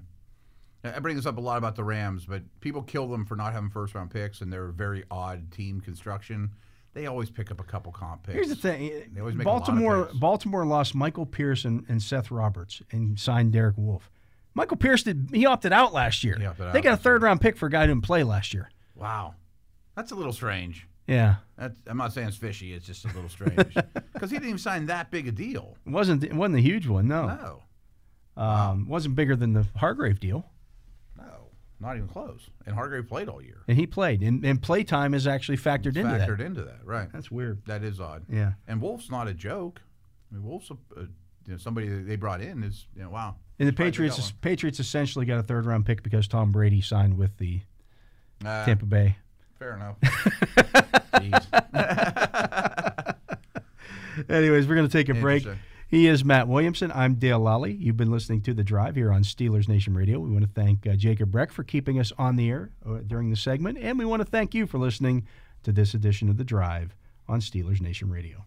Speaker 4: I I bring this up a lot about the Rams, but people kill them for not having first round picks and their very odd team construction. They always pick up a couple comp picks.
Speaker 2: Here's the thing:
Speaker 4: They always make a lot of
Speaker 2: Baltimore,
Speaker 4: picks.
Speaker 2: Baltimore lost Michael Pierce and, and Seth Roberts and signed Derek Wolf. Michael Pierce did he opted out last year.
Speaker 4: He opted
Speaker 2: they
Speaker 4: out
Speaker 2: got a
Speaker 4: last year.
Speaker 2: third round pick for a guy who didn't play last year.
Speaker 4: Wow. That's a little strange.
Speaker 2: Yeah,
Speaker 4: That's, I'm not saying it's fishy, it's just a little strange. Because he didn't even sign that big a deal.
Speaker 2: it wasn't it wasn't a huge one. No,
Speaker 4: No. Ah,
Speaker 2: um, wasn't bigger than the Hargrave deal,
Speaker 4: No. Not even close. And Hargrave played all year.
Speaker 2: and he played. And, and play time is actually factored into
Speaker 4: Factored
Speaker 2: that.
Speaker 4: into that, right.
Speaker 2: That's weird.
Speaker 4: That is odd.
Speaker 2: Yeah.
Speaker 4: And Wolf's not a joke. I mean, Wolf's a, a, you know, somebody that they brought in is, you know, wow.
Speaker 2: And the
Speaker 4: Surprised they
Speaker 2: Patriots
Speaker 4: got one.
Speaker 2: Patriots essentially got a third round pick because Tom Brady signed with the
Speaker 4: Uh,
Speaker 2: Tampa Bay.
Speaker 4: Fair enough. Jeez.
Speaker 2: Anyways, we're going to take a break.
Speaker 4: Interesting.
Speaker 2: He is Matt Williamson. I'm Dale Lally. You've been listening to The Drive here on Steelers Nation Radio. We want to thank uh, Jacob Breck for keeping us on the air uh, during the segment, and we want to thank you for listening to this edition of The Drive on Steelers Nation Radio.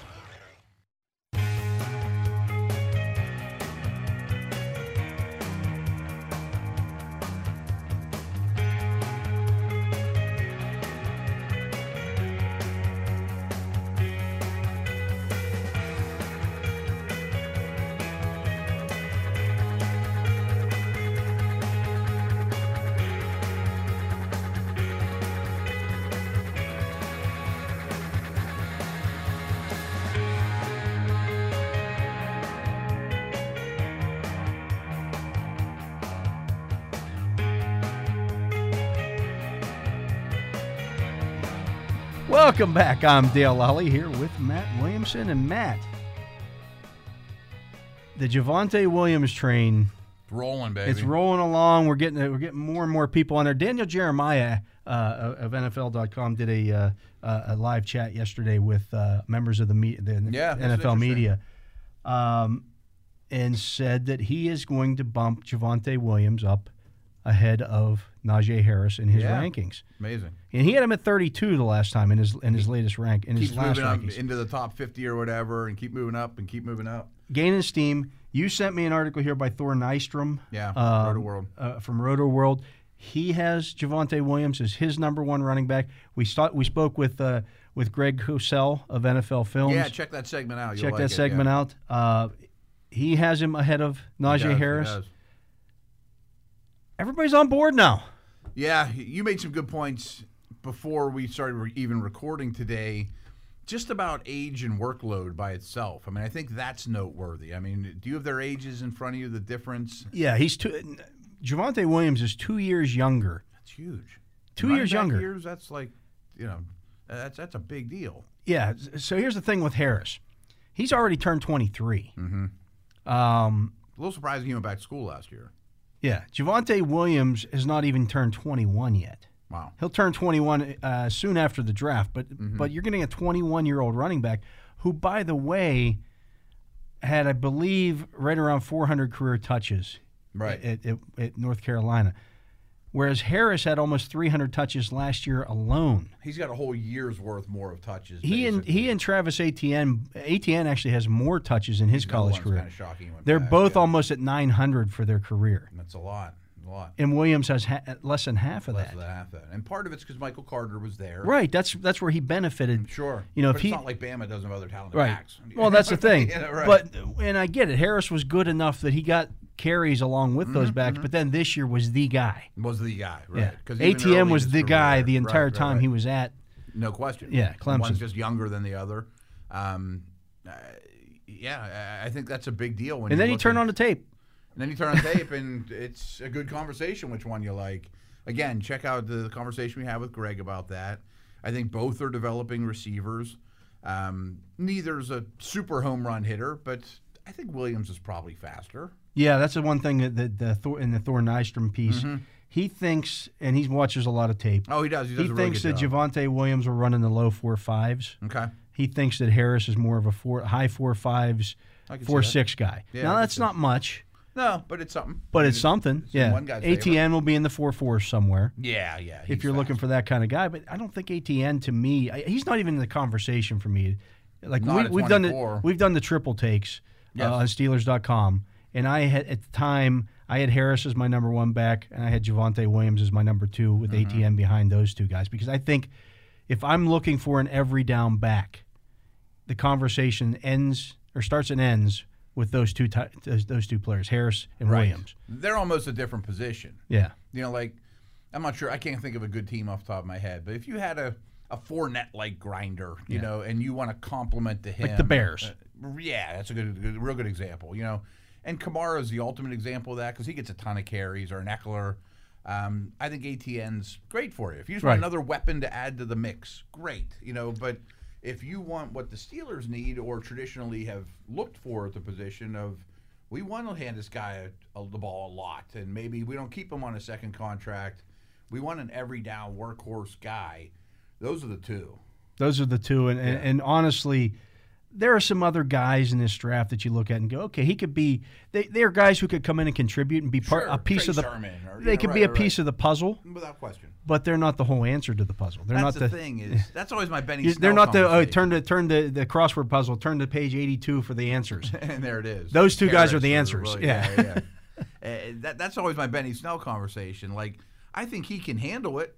Speaker 2: Welcome back. I'm Dale Lally here with Matt Williamson. And Matt, the Javante Williams train
Speaker 4: It's rolling, baby.
Speaker 2: It's rolling along. We're getting we're getting more and more people on there. Daniel Jeremiah uh, of NFL.com did a uh, uh, a live chat yesterday with uh, members of the, me- the
Speaker 4: Yeah, this is
Speaker 2: NFL
Speaker 4: interesting.
Speaker 2: media, um, and said that he is going to bump Javante Williams up ahead of Najee Harris in his
Speaker 4: Yeah.
Speaker 2: rankings.
Speaker 4: Amazing.
Speaker 2: And he had him at 32 the last time in his in his latest rank in his
Speaker 4: Keeps
Speaker 2: last
Speaker 4: moving up
Speaker 2: rankings.
Speaker 4: into the top 50 or whatever and keep moving up and keep moving up.
Speaker 2: Gaining steam. You sent me an article here by Thor Nystrom.
Speaker 4: Yeah,
Speaker 2: um,
Speaker 4: Roto World.
Speaker 2: Uh, from Roto World. He has Javante Williams as his number one running back. We saw, we spoke with uh, with Greg Cosell of NFL Films.
Speaker 4: Yeah, check that segment out. You'll
Speaker 2: Check
Speaker 4: like
Speaker 2: that
Speaker 4: it, yeah.
Speaker 2: segment out. Uh, he has him ahead of
Speaker 4: He
Speaker 2: Najee
Speaker 4: does, he
Speaker 2: Harris.
Speaker 4: does.
Speaker 2: Everybody's on board now.
Speaker 4: Yeah, you made some good points before we started re- even recording today, just about age and workload by itself. I mean, I think that's noteworthy. I mean, do you have their ages in front of you? The difference?
Speaker 2: Yeah, he's two. Javante Williams is two years younger.
Speaker 4: That's huge.
Speaker 2: Two
Speaker 4: Running
Speaker 2: years
Speaker 4: back
Speaker 2: younger.
Speaker 4: Years. That's like, you know, that's that's a big deal.
Speaker 2: Yeah. s- So here's the thing with Harris. He's already turned 23.
Speaker 4: Mm-hmm.
Speaker 2: Um,
Speaker 4: A little surprising he went back to school last year.
Speaker 2: yeah. Javante Williams has not even turned 21 yet.
Speaker 4: Wow.
Speaker 2: He'll turn 21 uh, soon after the draft, but
Speaker 4: Mm-hmm.
Speaker 2: but you're getting a 21 year old running back who, by the way, had I believe right around 400 career touches
Speaker 4: Right.
Speaker 2: at, at, at North Carolina, whereas Harris had almost 300 touches last year alone.
Speaker 4: He's got a whole year's worth more of touches.
Speaker 2: He and
Speaker 4: basically.
Speaker 2: he and Travis Atn Atn actually has more touches in his
Speaker 4: That
Speaker 2: college
Speaker 4: one's
Speaker 2: career.
Speaker 4: Kind of shocking. he went
Speaker 2: They're
Speaker 4: back,
Speaker 2: both
Speaker 4: yeah.
Speaker 2: almost at 900 for their career,
Speaker 4: That's a lot. A lot.
Speaker 2: and Williams has ha- less than half of
Speaker 4: Less
Speaker 2: that.
Speaker 4: than half that. And part of it's because Michael Carter was there.
Speaker 2: Right. That's that's where he benefited.
Speaker 4: Sure.
Speaker 2: You know,
Speaker 4: but
Speaker 2: if
Speaker 4: it's
Speaker 2: he
Speaker 4: not like Bama doesn't have other talented
Speaker 2: right.
Speaker 4: backs.
Speaker 2: Well, that's the thing.
Speaker 4: Yeah, right.
Speaker 2: But and I get it. Harris was good enough that he got carries along with those backs, but then this year was the guy.
Speaker 4: was the guy,
Speaker 2: Yeah.
Speaker 4: Mm-hmm, right? 'Cause even early in
Speaker 2: ATM was
Speaker 4: his
Speaker 2: the guy
Speaker 4: career-
Speaker 2: the
Speaker 4: right,
Speaker 2: entire
Speaker 4: right,
Speaker 2: time
Speaker 4: right.
Speaker 2: he was at.
Speaker 4: No question.
Speaker 2: Yeah, Clemson.
Speaker 4: One's just younger than the other. Um, uh, yeah, I I think that's a big deal. When
Speaker 2: And
Speaker 4: you
Speaker 2: then he
Speaker 4: look
Speaker 2: turned
Speaker 4: at-
Speaker 2: on the tape.
Speaker 4: And then you turn on tape, and it's a good conversation. Which one you like? Again, check out the conversation we had with Greg about that. I think both are developing receivers. Um, neither's a super home run hitter, but I think Williams is probably faster.
Speaker 2: Yeah, that's the one thing that the, the Thor, in the Thor Nystrom piece. He thinks, and he watches a lot of tape.
Speaker 4: Mm-hmm. Oh, he does. He
Speaker 2: he
Speaker 4: does a really
Speaker 2: thinks
Speaker 4: good
Speaker 2: that
Speaker 4: job. Mm.
Speaker 2: Javante Williams will run in the low four fives.
Speaker 4: Okay.
Speaker 2: He thinks that Harris is more of a four high four fives,
Speaker 4: I can see
Speaker 2: four
Speaker 4: that.
Speaker 2: six guy.
Speaker 4: Yeah, I
Speaker 2: now
Speaker 4: can
Speaker 2: that's
Speaker 4: see
Speaker 2: not much,
Speaker 4: No, but it's something.
Speaker 2: but it's something.
Speaker 4: it's in
Speaker 2: yeah,
Speaker 4: one guy's
Speaker 2: ATN will be in the four fours somewhere
Speaker 4: Yeah, yeah.
Speaker 2: if you're looking for that kind of guy. But I don't think ATN to me, I, he's not even in the conversation for me. Like
Speaker 4: Not
Speaker 2: we,
Speaker 4: at
Speaker 2: we've done the
Speaker 4: 24.
Speaker 2: we've done the triple takes
Speaker 4: Yes.
Speaker 2: uh, on Steelers.com, and I had at the time I had Harris as my number one back, and I had Javante Williams as my number two with
Speaker 4: Mm-hmm.
Speaker 2: ATN behind those two guys because I think if I'm looking for an every down back, the conversation ends or starts and ends with those two ti- those, those two players, Harris and Williams.
Speaker 4: They're almost a different position.
Speaker 2: Yeah,
Speaker 4: You know, like I'm not sure. I can't think of a good team off the top of my head. But if you had a a Fournette like grinder, you know, and you want to compliment to him,
Speaker 2: Like the Bears.
Speaker 4: uh, yeah, that's a good, good, real good example. You know, and Kamara is the ultimate example of that because he gets a ton of carries or an Eckler. Um, I think ATN's great for you. If you just want
Speaker 2: Right.
Speaker 4: another weapon to add to the mix, great. You know, but if you want what the Steelers need or traditionally have looked for at the position of we want to hand this guy a, a, the ball a lot, and maybe we don't keep him on a second contract. We want an every down workhorse guy. Those are the two.
Speaker 2: Those are the two, and, and, and honestly, there are some other guys in this draft that you look at and go, okay, he could be. They, they are guys who could come in and contribute and be part
Speaker 4: Sure,
Speaker 2: a piece
Speaker 4: Trey
Speaker 2: of the.
Speaker 4: Sermon or-
Speaker 2: they
Speaker 4: yeah,
Speaker 2: could
Speaker 4: right,
Speaker 2: be a
Speaker 4: right,
Speaker 2: piece
Speaker 4: right.
Speaker 2: of the puzzle,
Speaker 4: Without question.
Speaker 2: but they're not the whole answer to the puzzle. They're
Speaker 4: That's the,
Speaker 2: not the.
Speaker 4: thing is that's always my Benny.
Speaker 2: is- They're
Speaker 4: Snell
Speaker 2: not the oh,
Speaker 4: conversation.
Speaker 2: turn to turn the, the crossword puzzle. Turn to page eighty two for the answers.
Speaker 4: and there it is.
Speaker 2: Those two guys are the
Speaker 4: Harris or
Speaker 2: answers.
Speaker 4: Williams.
Speaker 2: Yeah.
Speaker 4: yeah. yeah. Uh, that, that's always my Benny Snell conversation. Like, I think he can handle it.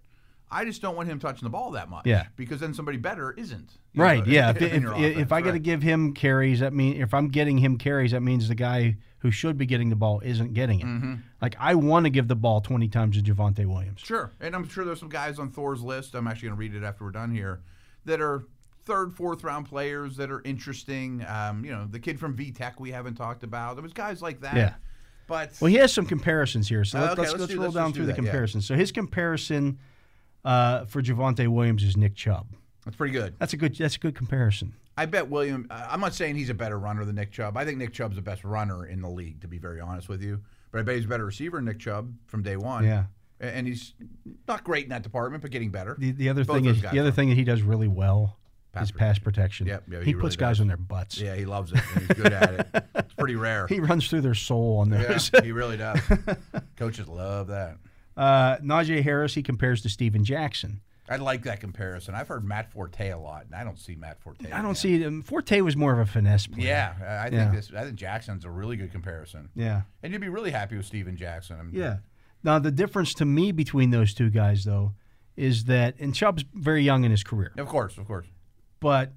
Speaker 4: I just don't want him touching the ball that much.
Speaker 2: Yeah.
Speaker 4: Because then somebody better isn't. you know,
Speaker 2: right? Yeah. If,
Speaker 4: in
Speaker 2: if,
Speaker 4: your
Speaker 2: if,
Speaker 4: offense,
Speaker 2: I got to
Speaker 4: right.
Speaker 2: give him carries, that mean if I'm getting him carries, that means the guy who should be getting the ball isn't getting it.
Speaker 4: Mm-hmm.
Speaker 2: Like I want to give the ball twenty times to Javante Williams.
Speaker 4: Sure. And I'm sure there's some guys on Thor's list. I'm actually going to read it after we're done here that are third, fourth round players that are interesting. Um, you know, the kid from V Tech we haven't talked about. There was guys like that.
Speaker 2: Yeah.
Speaker 4: But
Speaker 2: Well, he has some comparisons here, so
Speaker 4: Uh,
Speaker 2: let's,
Speaker 4: okay,
Speaker 2: let's,
Speaker 4: let's
Speaker 2: let's
Speaker 4: do-
Speaker 2: roll
Speaker 4: let's
Speaker 2: down
Speaker 4: just
Speaker 2: through
Speaker 4: do
Speaker 2: the
Speaker 4: that, yeah.
Speaker 2: comparisons. So his comparison uh, for Javante Williams is Nick Chubb.
Speaker 4: that's pretty good.
Speaker 2: That's a good. That's a good comparison.
Speaker 4: I bet William. uh, I'm not saying he's a better runner than Nick Chubb. I think Nick Chubb's the best runner in the league, to be very honest with you. But I bet he's a better receiver than Nick Chubb from day one.
Speaker 2: Yeah.
Speaker 4: A- And he's not great in that department, but getting better.
Speaker 2: The, the other
Speaker 4: Both
Speaker 2: thing
Speaker 4: those
Speaker 2: is
Speaker 4: guys
Speaker 2: the other
Speaker 4: are.
Speaker 2: thing that he does really well is pass protection.
Speaker 4: Yep, yeah,
Speaker 2: he,
Speaker 4: he really
Speaker 2: puts guys
Speaker 4: does.
Speaker 2: on their butts.
Speaker 4: Yeah, he loves it. And he's good at it. It's pretty rare.
Speaker 2: He runs through their soul on
Speaker 4: yeah,
Speaker 2: those.
Speaker 4: he really does. Coaches love that.
Speaker 2: Uh, Najee Harris he compares to Steven Jackson.
Speaker 4: I like that comparison. I've heard Matt Forte a lot, and I don't see Matt Forte.
Speaker 2: I
Speaker 4: now.
Speaker 2: don't see um, Forte was more of a finesse player.
Speaker 4: Yeah, I I think
Speaker 2: Yeah.
Speaker 4: this. I think Jackson's a really good comparison.
Speaker 2: Yeah.
Speaker 4: And you'd be really happy with Steven Jackson. I mean,
Speaker 2: Yeah. Now the difference to me between those two guys though is that and Chubb's very young in his career.
Speaker 4: Of course, of course.
Speaker 2: But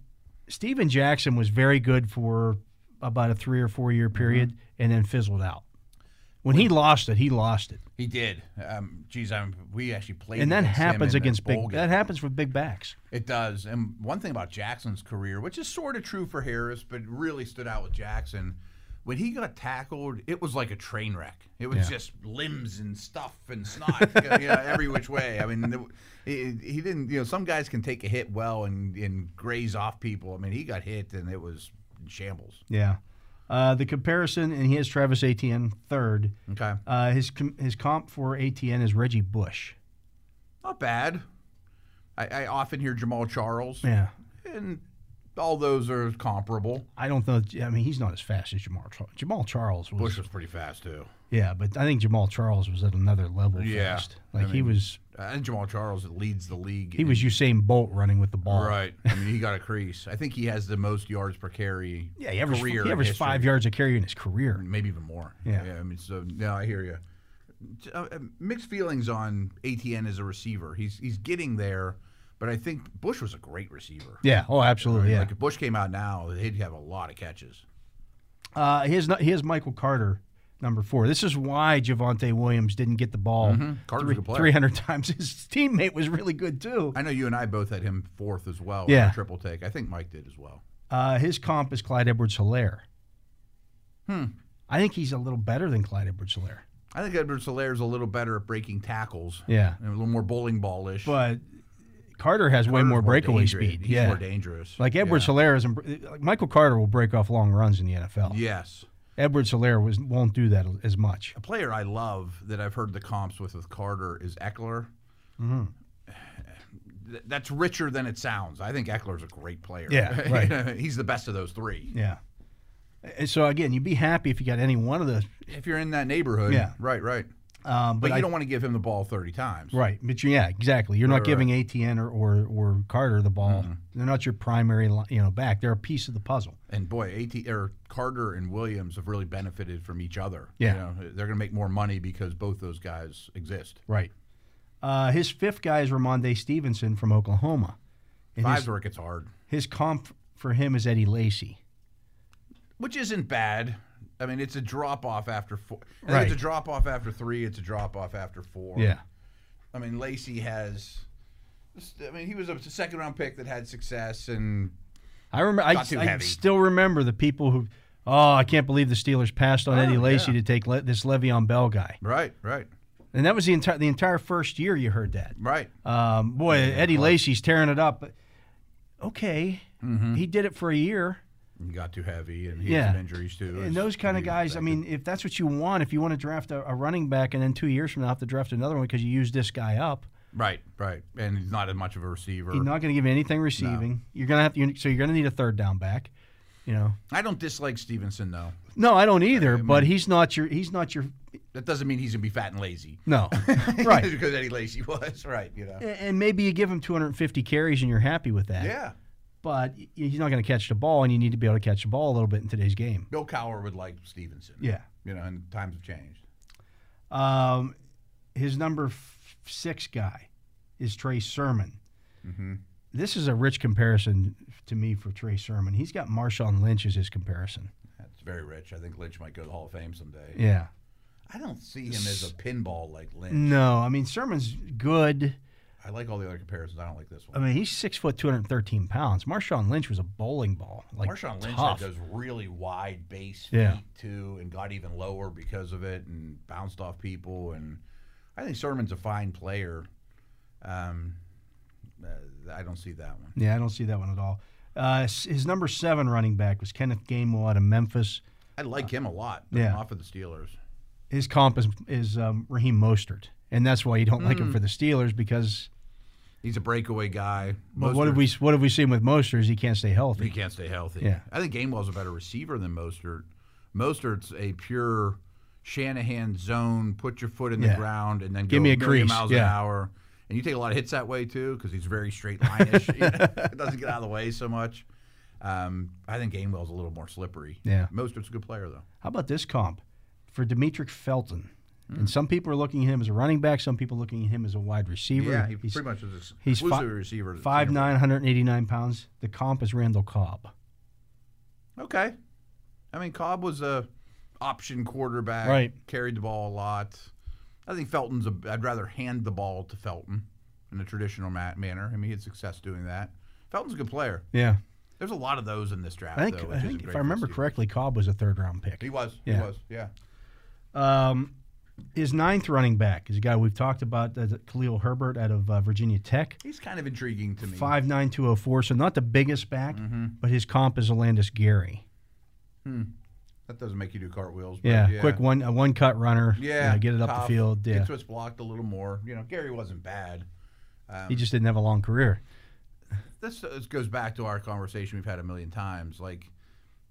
Speaker 2: Steven Jackson was very good for about a 3 or 4
Speaker 4: Mm-hmm.
Speaker 2: year period and then fizzled out. When he lost it, he lost it.
Speaker 4: He did. Um, geez, I'm, we actually played.
Speaker 2: And that
Speaker 4: against him
Speaker 2: happens
Speaker 4: in the
Speaker 2: against big
Speaker 4: bowl game.
Speaker 2: that happens with big backs.
Speaker 4: It does. And one thing about Jackson's career, which is sort of true for Harris, but really stood out with Jackson, when he got tackled, it was like a train wreck. It was just limbs and stuff and snot you know, every which way. I mean, the- it, he didn't, you know, some guys can take a hit well and, and graze off people. I mean, he got hit and it was in shambles.
Speaker 2: Yeah. Uh, the comparison, and he has Travis Etienne third.
Speaker 4: Okay.
Speaker 2: Uh, his com- his comp for Etienne is Reggie Bush.
Speaker 4: Not bad. I, I often hear Jamal Charles,
Speaker 2: Yeah.
Speaker 4: and all those are comparable.
Speaker 2: I don't know. I mean, he's not as fast as Jamal Charles. Jamal Charles was.
Speaker 4: Bush was pretty fast, too.
Speaker 2: Yeah, but I think Jamal Charles was at another level
Speaker 4: Yeah.
Speaker 2: fast.
Speaker 4: I
Speaker 2: Like he
Speaker 4: mean,
Speaker 2: was
Speaker 4: Uh, and Jamal Charles leads the league.
Speaker 2: he
Speaker 4: in-
Speaker 2: was Usain Bolt running with the ball.
Speaker 4: right. I mean, he got a crease. I think he has the most yards per carry.
Speaker 2: Yeah, he averaged,
Speaker 4: career
Speaker 2: he
Speaker 4: in
Speaker 2: averaged
Speaker 4: history.
Speaker 2: five yards a carry in his career.
Speaker 4: maybe even more.
Speaker 2: Yeah.
Speaker 4: I mean, so no, I hear you. Uh, uh, mixed feelings on ATN as a receiver. He's he's getting there, but I think Bush was a great receiver.
Speaker 2: Yeah. Oh, absolutely. Yeah.
Speaker 4: Like if Bush came out now, he'd have a lot of catches.
Speaker 2: Uh, here's not, here's Michael Carter, number four. This is why Javante Williams didn't get the ball
Speaker 4: Mm-hmm. Carter's a good player.
Speaker 2: 300 times. His teammate was really good too.
Speaker 4: I know you and I both had him fourth as well.
Speaker 2: Yeah.
Speaker 4: in our triple take. I think Mike did as well.
Speaker 2: Uh, his comp is Clyde Edwards Hilaire. Hmm. I think he's a little better than Clyde Edwards Hilaire.
Speaker 4: I think Edward Solaire's a little better at breaking tackles.
Speaker 2: Yeah.
Speaker 4: and a little more bowling ballish.
Speaker 2: But Carter has way
Speaker 4: Carter's
Speaker 2: more breakaway
Speaker 4: dangerous.
Speaker 2: speed.
Speaker 4: He's
Speaker 2: yeah.
Speaker 4: more dangerous.
Speaker 2: Like Edwards
Speaker 4: yeah.
Speaker 2: Hilaire is like Michael Carter will break off long runs in the NFL.
Speaker 4: Yes.
Speaker 2: Edwards Hilaire was won't do that as much.
Speaker 4: A player I love that I've heard the comps with with Carter is Eckler.
Speaker 2: Mm-hmm.
Speaker 4: Th- That's richer than it sounds. I think Eckler's a great player.
Speaker 2: Yeah, right.
Speaker 4: He's the best of those three.
Speaker 2: Yeah. And so again, you'd be happy if you got any one of the
Speaker 4: If you're in that neighborhood,
Speaker 2: Yeah.
Speaker 4: right, right.
Speaker 2: um,
Speaker 4: But,
Speaker 2: but,
Speaker 4: you
Speaker 2: I,
Speaker 4: don't want to give him the ball 30 times.
Speaker 2: right. But you, yeah, exactly. You're not
Speaker 4: Right, Mm-hmm.
Speaker 2: giving ATN or, or or Carter the ball. They're not your primary li- you know back. They're a piece of the puzzle.
Speaker 4: And boy, AT or Carter and Williams have really benefited from each other.
Speaker 2: Yeah.
Speaker 4: You know, they're going to make more money because both those guys exist.
Speaker 2: Right. Uh, his fifth guy is Ramonde Stevenson from Oklahoma. And
Speaker 4: Fives
Speaker 2: his,
Speaker 4: where it gets hard.
Speaker 2: his comp for him is Eddie Lacy.
Speaker 4: which isn't bad. I mean, it's a drop off after four. I think
Speaker 2: Right.
Speaker 4: It's a drop off after three. It's a drop off after four. I mean, Lacey has. I mean, he was a second round pick that had success, and
Speaker 2: I remember. I,
Speaker 4: Not too
Speaker 2: I
Speaker 4: heavy.
Speaker 2: still remember the people who. Oh, I can't believe the Steelers passed
Speaker 4: Oh,
Speaker 2: on Eddie Lacy to take Le- this Le'Veon Bell guy,
Speaker 4: right, right,
Speaker 2: and that was the entire the entire first year. You heard that,
Speaker 4: right.
Speaker 2: um, boy. Eddie Lacy's tearing it up. Okay, he did it for a year.
Speaker 4: He got too heavy, and he
Speaker 2: Yeah.
Speaker 4: had some injuries too.
Speaker 2: And those kind of guys, I mean, if that's what you want, if you want to draft a, a running back and then two years from now have to draft another one because you used this guy up,
Speaker 4: right, right, and he's not as much of a receiver.
Speaker 2: you're not going to give you anything receiving. You're going to have to, so you're going to need a third down back. You know,
Speaker 4: I don't dislike Stevenson though.
Speaker 2: no, I don't either. but he's not your, he's not your,
Speaker 4: That doesn't mean he's gonna be fat and lazy.
Speaker 2: no, right.
Speaker 4: because Eddie Lacey was right. You know.
Speaker 2: A- And maybe you give him 250 carries and you're happy with that.
Speaker 4: Yeah.
Speaker 2: But y- he's not going to catch the ball, and you need to be able to catch the ball a little bit in today's game.
Speaker 4: Bill Cowher would like Stevenson.
Speaker 2: Yeah.
Speaker 4: You know, and times have changed.
Speaker 2: Um, his number f- six guy is Trey Sermon.
Speaker 4: Mm-hmm.
Speaker 2: This is a rich comparison to me for Trey Sermon. He's got Marshawn Lynch as his comparison.
Speaker 4: That's very rich. I think Lynch might go to the Hall of Fame someday.
Speaker 2: Yeah.
Speaker 4: I don't see him as a pinball like Lynch.
Speaker 2: No, I mean Sermon's good.
Speaker 4: I like all the other comparisons. I don't like this
Speaker 2: I
Speaker 4: one.
Speaker 2: mean he's six foot, two hundred thirteen pounds. Marshawn Lynch was a bowling ball. Like
Speaker 4: Marshawn Lynch
Speaker 2: tough.
Speaker 4: had those really wide base feet
Speaker 2: Yeah.
Speaker 4: too, and got even lower because of it, and bounced off people. And I think Sermon's a fine player. Um, uh, I don't see that one.
Speaker 2: Yeah, I don't see that one at all. Uh, s- his number seven running back was Kenneth Gainwell out of Memphis.
Speaker 4: I like him a lot. but I'm
Speaker 2: Uh, yeah.
Speaker 4: Off of the Steelers.
Speaker 2: His comp is, is um, Raheem Mostert, and that's why you don't
Speaker 4: Mm.
Speaker 2: like him for the Steelers because
Speaker 4: He's a breakaway guy.
Speaker 2: well, what
Speaker 4: Mostert-
Speaker 2: have we what have we seen with Mostert is he can't stay
Speaker 4: He
Speaker 2: healthy.
Speaker 4: can't stay healthy.
Speaker 2: Yeah.
Speaker 4: I think Gainwell's a better receiver than Mostert. Mostert's a pure Shanahan zone, put your foot in the
Speaker 2: Yeah.
Speaker 4: ground and then
Speaker 2: Give
Speaker 4: go
Speaker 2: me a
Speaker 4: 1 million
Speaker 2: crease,
Speaker 4: miles an
Speaker 2: yeah.
Speaker 4: hour. and you take a lot of hits that way too because he's very straight line-ish. you know, doesn't get out of the way so much. Um, I think Gainwell's a little more slippery.
Speaker 2: Yeah.
Speaker 4: Mostert's a good player though.
Speaker 2: How about this comp for Demetric Felton?
Speaker 4: Hmm.
Speaker 2: And some people are looking at him as a running back. Some people looking at him as a wide receiver.
Speaker 4: Yeah, he
Speaker 2: He's-
Speaker 4: pretty much is an
Speaker 2: he's
Speaker 4: exclusive
Speaker 2: fi-
Speaker 4: receiver. to
Speaker 2: Five
Speaker 4: Tampa.
Speaker 2: nine, 189 pounds. The comp is Randall Cobb.
Speaker 4: Okay. I mean, Cobb was a option quarterback.
Speaker 2: Right.
Speaker 4: Carried the ball a lot. I think Felton's. A, I'd rather hand the ball to Felton in a traditional ma- manner. I mean, he had success doing that. Felton's a good player.
Speaker 2: Yeah,
Speaker 4: There's a lot of those in this draft.
Speaker 2: I think,
Speaker 4: though, which
Speaker 2: I
Speaker 4: isn't
Speaker 2: think
Speaker 4: great
Speaker 2: if
Speaker 4: for
Speaker 2: I remember
Speaker 4: Steelers.
Speaker 2: correctly, Cobb was a third round pick.
Speaker 4: he was. He
Speaker 2: Yeah.
Speaker 4: was. Yeah.
Speaker 2: Um, his ninth running back is a guy we've talked about, uh, Khalil Herbert out of uh, Virginia Tech.
Speaker 4: He's kind of intriguing to me. Mm-hmm.
Speaker 2: Five nine two oh four, so not the biggest back, but his comp is Alandis Gary.
Speaker 4: That doesn't make you do cartwheels. but
Speaker 2: Yeah, quick one a one cut runner. you
Speaker 4: Yeah.
Speaker 2: know, get it up
Speaker 4: tough.
Speaker 2: the field. Yeah,
Speaker 4: Gets what's blocked a little more. You know, Gary wasn't bad.
Speaker 2: he just didn't have a long career.
Speaker 4: this, this goes back to our conversation we've had a million times. Like,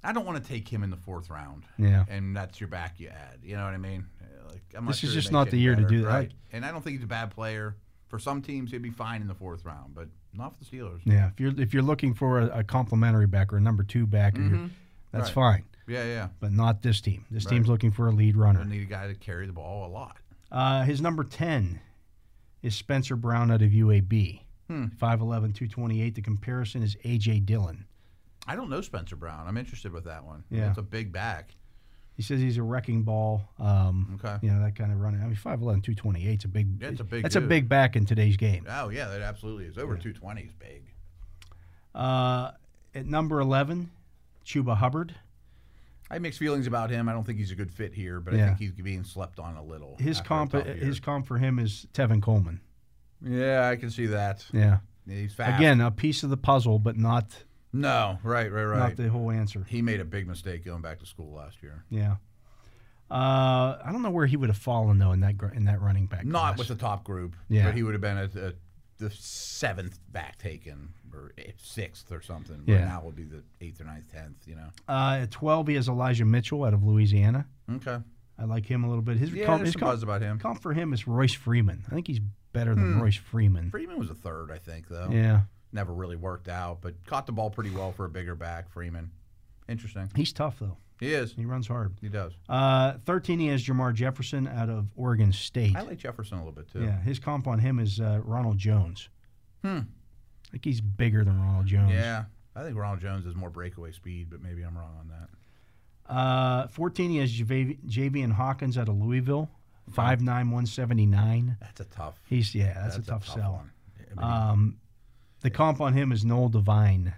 Speaker 4: I don't want to take him in the fourth round.
Speaker 2: Yeah.
Speaker 4: And that's your back you add. You know what I mean? Uh, Like, I'm not
Speaker 2: This
Speaker 4: sure
Speaker 2: is
Speaker 4: it
Speaker 2: just
Speaker 4: makes
Speaker 2: not the
Speaker 4: any
Speaker 2: year to
Speaker 4: better,
Speaker 2: do that.
Speaker 4: Right. And I don't think he's a bad player. For some teams, he'd be fine in the fourth round, but not for the Steelers.
Speaker 2: Yeah, if you're if you're looking for a, a complimentary back or a number two back, or you're- that's fine,
Speaker 4: Yeah, yeah.
Speaker 2: but not this team. This team's looking for a lead runner.
Speaker 4: I need a guy to carry the ball a lot.
Speaker 2: Uh, his number 10 is Spencer Brown out of UAB.
Speaker 4: Hmm.
Speaker 2: 5'11, 228. The comparison is A.J. Dillon.
Speaker 4: I don't know Spencer Brown. I'm interested with that one.
Speaker 2: Yeah.
Speaker 4: That's a big back.
Speaker 2: He says he's a wrecking ball. Um,
Speaker 4: Okay.
Speaker 2: You know, that kind of running. I mean, 5'11, 228 is a big,
Speaker 4: Yeah, it's a big
Speaker 2: that's a
Speaker 4: dude.
Speaker 2: big back in today's game.
Speaker 4: Oh, yeah, that absolutely is. Over 220 is big.
Speaker 2: Uh, at number 11, Chuba Hubbard.
Speaker 4: I have mixed feelings about him. I don't think he's a good fit here, but I
Speaker 2: Yeah.
Speaker 4: think he's being slept on a little.
Speaker 2: His
Speaker 4: after a
Speaker 2: comp,
Speaker 4: tough year.
Speaker 2: his comp for him is Tevin Coleman.
Speaker 4: Yeah, I can see that.
Speaker 2: Yeah.
Speaker 4: He's fast.
Speaker 2: Again, a piece of the puzzle, but not
Speaker 4: No, right, right,
Speaker 2: not
Speaker 4: right.
Speaker 2: the whole answer.
Speaker 4: he made a big mistake going back to school last year.
Speaker 2: Yeah. Uh, I don't know where he would have fallen though in that gr- in that running back.
Speaker 4: Not
Speaker 2: class.
Speaker 4: with the top group,
Speaker 2: Yeah.
Speaker 4: but he would have been at uh, the seventh back taken or eighth- sixth or something. Right
Speaker 2: Yeah.
Speaker 4: now would be the eighth or ninth, tenth. You know.
Speaker 2: Uh, at 12, he has Elijah Mitchell out of Louisiana.
Speaker 4: Okay.
Speaker 2: I like him a little bit. His
Speaker 4: Yeah,
Speaker 2: comp,
Speaker 4: there's
Speaker 2: his
Speaker 4: some
Speaker 2: comp-
Speaker 4: buzz about him. Hmm.
Speaker 2: comp for him is Royce Freeman. I think he's better than Royce Freeman.
Speaker 4: Freeman was a third, I think, though.
Speaker 2: Yeah,
Speaker 4: Never really worked out, but caught the ball pretty well for a bigger back. Freeman, interesting.
Speaker 2: he's tough though.
Speaker 4: He is.
Speaker 2: He runs hard.
Speaker 4: He does.
Speaker 2: Uh, 13, he has Jamar Jefferson out of Oregon State.
Speaker 4: I like Jefferson a little bit too.
Speaker 2: yeah, his comp on him is uh, Ronald Jones. Hmm. I think he's bigger than Ronald Jones.
Speaker 4: Yeah. I think Ronald Jones has more breakaway speed, but maybe I'm wrong on that.
Speaker 2: Uh, 14, he has Jav- Javian Hawkins out of Louisville, 5'9", 179.
Speaker 4: That's a tough.
Speaker 2: He's yeah, that's, a tough, sell.
Speaker 4: one.
Speaker 2: Um, the comp on him is Noel Devine,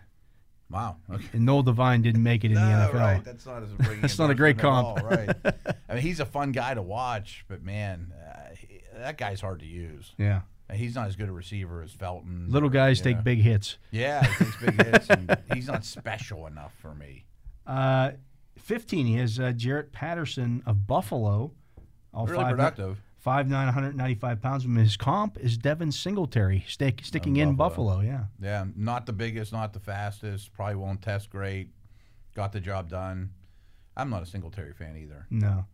Speaker 4: Wow. Okay.
Speaker 2: and Noel Devine didn't make it in the NFL.
Speaker 4: right. That's not as bringing
Speaker 2: That's not a great
Speaker 4: endorsement
Speaker 2: comp.
Speaker 4: at all, right. I mean, he's a fun guy to watch, but man, uh, he- that guy's hard to use.
Speaker 2: Yeah,
Speaker 4: And He's not as good a receiver as Felton.
Speaker 2: little guys take big hits.
Speaker 4: Yeah, he takes big hits. And he's not special enough for me.
Speaker 2: Uh, Fifteen, he has uh, Jarrett Patterson of Buffalo, all
Speaker 4: Really productive.
Speaker 2: Five nine, 195 pounds. And his comp is Devin Singletary, stick, sticking in Buffalo. Yeah,
Speaker 4: Yeah, not the biggest, not the fastest. Probably won't test great. Got the job done. I'm not a Singletary fan either.
Speaker 2: no.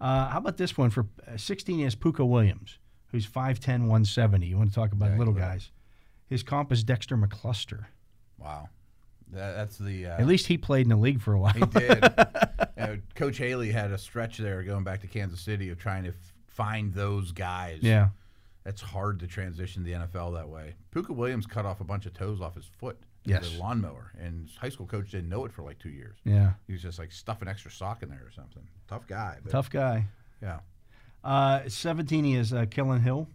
Speaker 2: Uh, how about this one for uh, sixteen? He has Puka Williams, who's 5'10", 170. You want to talk about little guys? His comp is Dexter McCluster.
Speaker 4: Wow. That, that's the. Uh,
Speaker 2: At least he played in the league for a while.
Speaker 4: He did. Uh, Coach Haley had a stretch there going back to Kansas City of trying to f- find those guys.
Speaker 2: Yeah.
Speaker 4: That's hard to transition to the NFL that way. Puka Williams cut off a bunch of toes off his foot with
Speaker 2: Yes.
Speaker 4: a lawnmower, and his high school coach didn't know it for like two years.
Speaker 2: Yeah.
Speaker 4: He was just like stuff an extra sock in there or something. Tough guy. But
Speaker 2: Tough guy.
Speaker 4: Yeah.
Speaker 2: Uh, 17 he is uh, Kellen Hill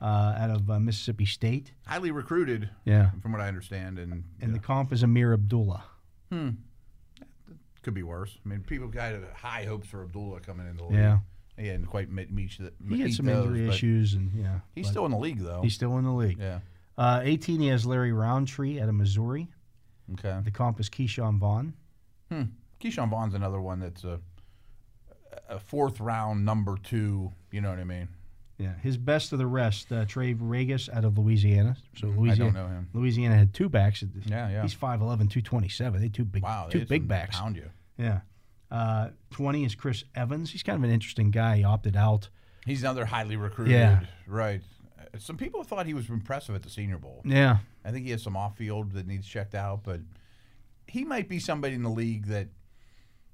Speaker 2: uh, out of uh, Mississippi State.
Speaker 4: Highly recruited,
Speaker 2: Yeah.
Speaker 4: from what I understand, and,
Speaker 2: And
Speaker 4: yeah,
Speaker 2: the comp is Amir Abdullah.
Speaker 4: could be worse. I mean, people had high hopes for Abdullah coming into the league.
Speaker 2: Yeah.
Speaker 4: He hadn't quite met, meet the,
Speaker 2: He had
Speaker 4: meet
Speaker 2: some
Speaker 4: those,
Speaker 2: injury
Speaker 4: but
Speaker 2: issues, and yeah.
Speaker 4: He's
Speaker 2: but
Speaker 4: still in the league, though.
Speaker 2: he's still in the league.
Speaker 4: yeah.
Speaker 2: Uh, 18 he has Larry Roundtree out of Missouri.
Speaker 4: Okay.
Speaker 2: The comp is Keyshawn Vaughn.
Speaker 4: Keyshawn Vaughn's another one that's a, a fourth round number two. You know what I mean?
Speaker 2: Yeah, his best of the rest, uh, Trey Regis out of Louisiana. So Louisiana,
Speaker 4: Mm, know him.
Speaker 2: Louisiana had two backs.
Speaker 4: Yeah, yeah.
Speaker 2: He's 5'11", 227. They two big,
Speaker 4: Wow, they
Speaker 2: two
Speaker 4: just
Speaker 2: big backs.
Speaker 4: Pound you.
Speaker 2: Yeah. Uh, 20 is Chris Evans. He's kind of an interesting guy. He opted out.
Speaker 4: He's another highly recruited.
Speaker 2: Yeah.
Speaker 4: Right. Uh, some people thought he was impressive at the Senior Bowl.
Speaker 2: Yeah.
Speaker 4: I think he has some off field that needs checked out, but he might be somebody in the league that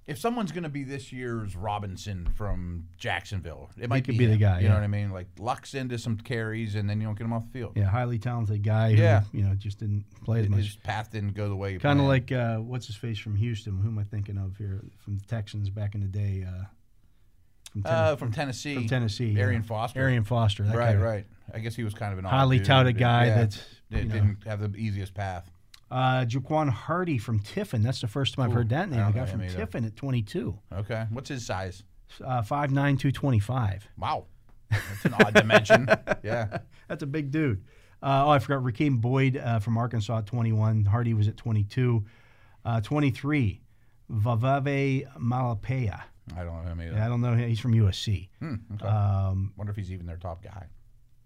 Speaker 4: if someone's going to be this year's Robinson from Jacksonville, it might
Speaker 2: could be the
Speaker 4: him,
Speaker 2: guy,
Speaker 4: You
Speaker 2: yeah.
Speaker 4: know what I mean? Like Lux into some carries, and then you don't get him off the field.
Speaker 2: Yeah, highly talented guy. Who,
Speaker 4: Yeah.
Speaker 2: You know, just didn't play as
Speaker 4: His
Speaker 2: much.
Speaker 4: path didn't go the way. he
Speaker 2: Kind of
Speaker 4: planned.
Speaker 2: like uh, what's his face from Houston? Who am I thinking of here from the Texans back in the day? Uh, from Tennessee.
Speaker 4: uh, from Tennessee.
Speaker 2: from Tennessee,
Speaker 4: Arian
Speaker 2: yeah.
Speaker 4: Foster.
Speaker 2: Arian Foster. That
Speaker 4: Right,
Speaker 2: guy.
Speaker 4: right. I guess he was kind of an odd
Speaker 2: Highly
Speaker 4: dude.
Speaker 2: touted guy
Speaker 4: Yeah.
Speaker 2: that's,
Speaker 4: that
Speaker 2: you know.
Speaker 4: didn't have the easiest path.
Speaker 2: Uh, Jaquan Hardy from Tiffin. That's the first time I've heard that name.
Speaker 4: I
Speaker 2: I
Speaker 4: don't
Speaker 2: got
Speaker 4: know
Speaker 2: from
Speaker 4: him either.
Speaker 2: Tiffin at 22,
Speaker 4: Okay, what's his size?
Speaker 2: uh, 5'9", 225.
Speaker 4: Wow, that's an odd dimension. Yeah,
Speaker 2: That's a big dude. Uh, oh, I forgot. Raheem Boyd uh, from Arkansas, 21. Hardy was at 22. Uh, 23, Vavave Malapaya.
Speaker 4: I don't know him either.
Speaker 2: I don't know. him. He's from USC.
Speaker 4: Wonder if he's even their top guy.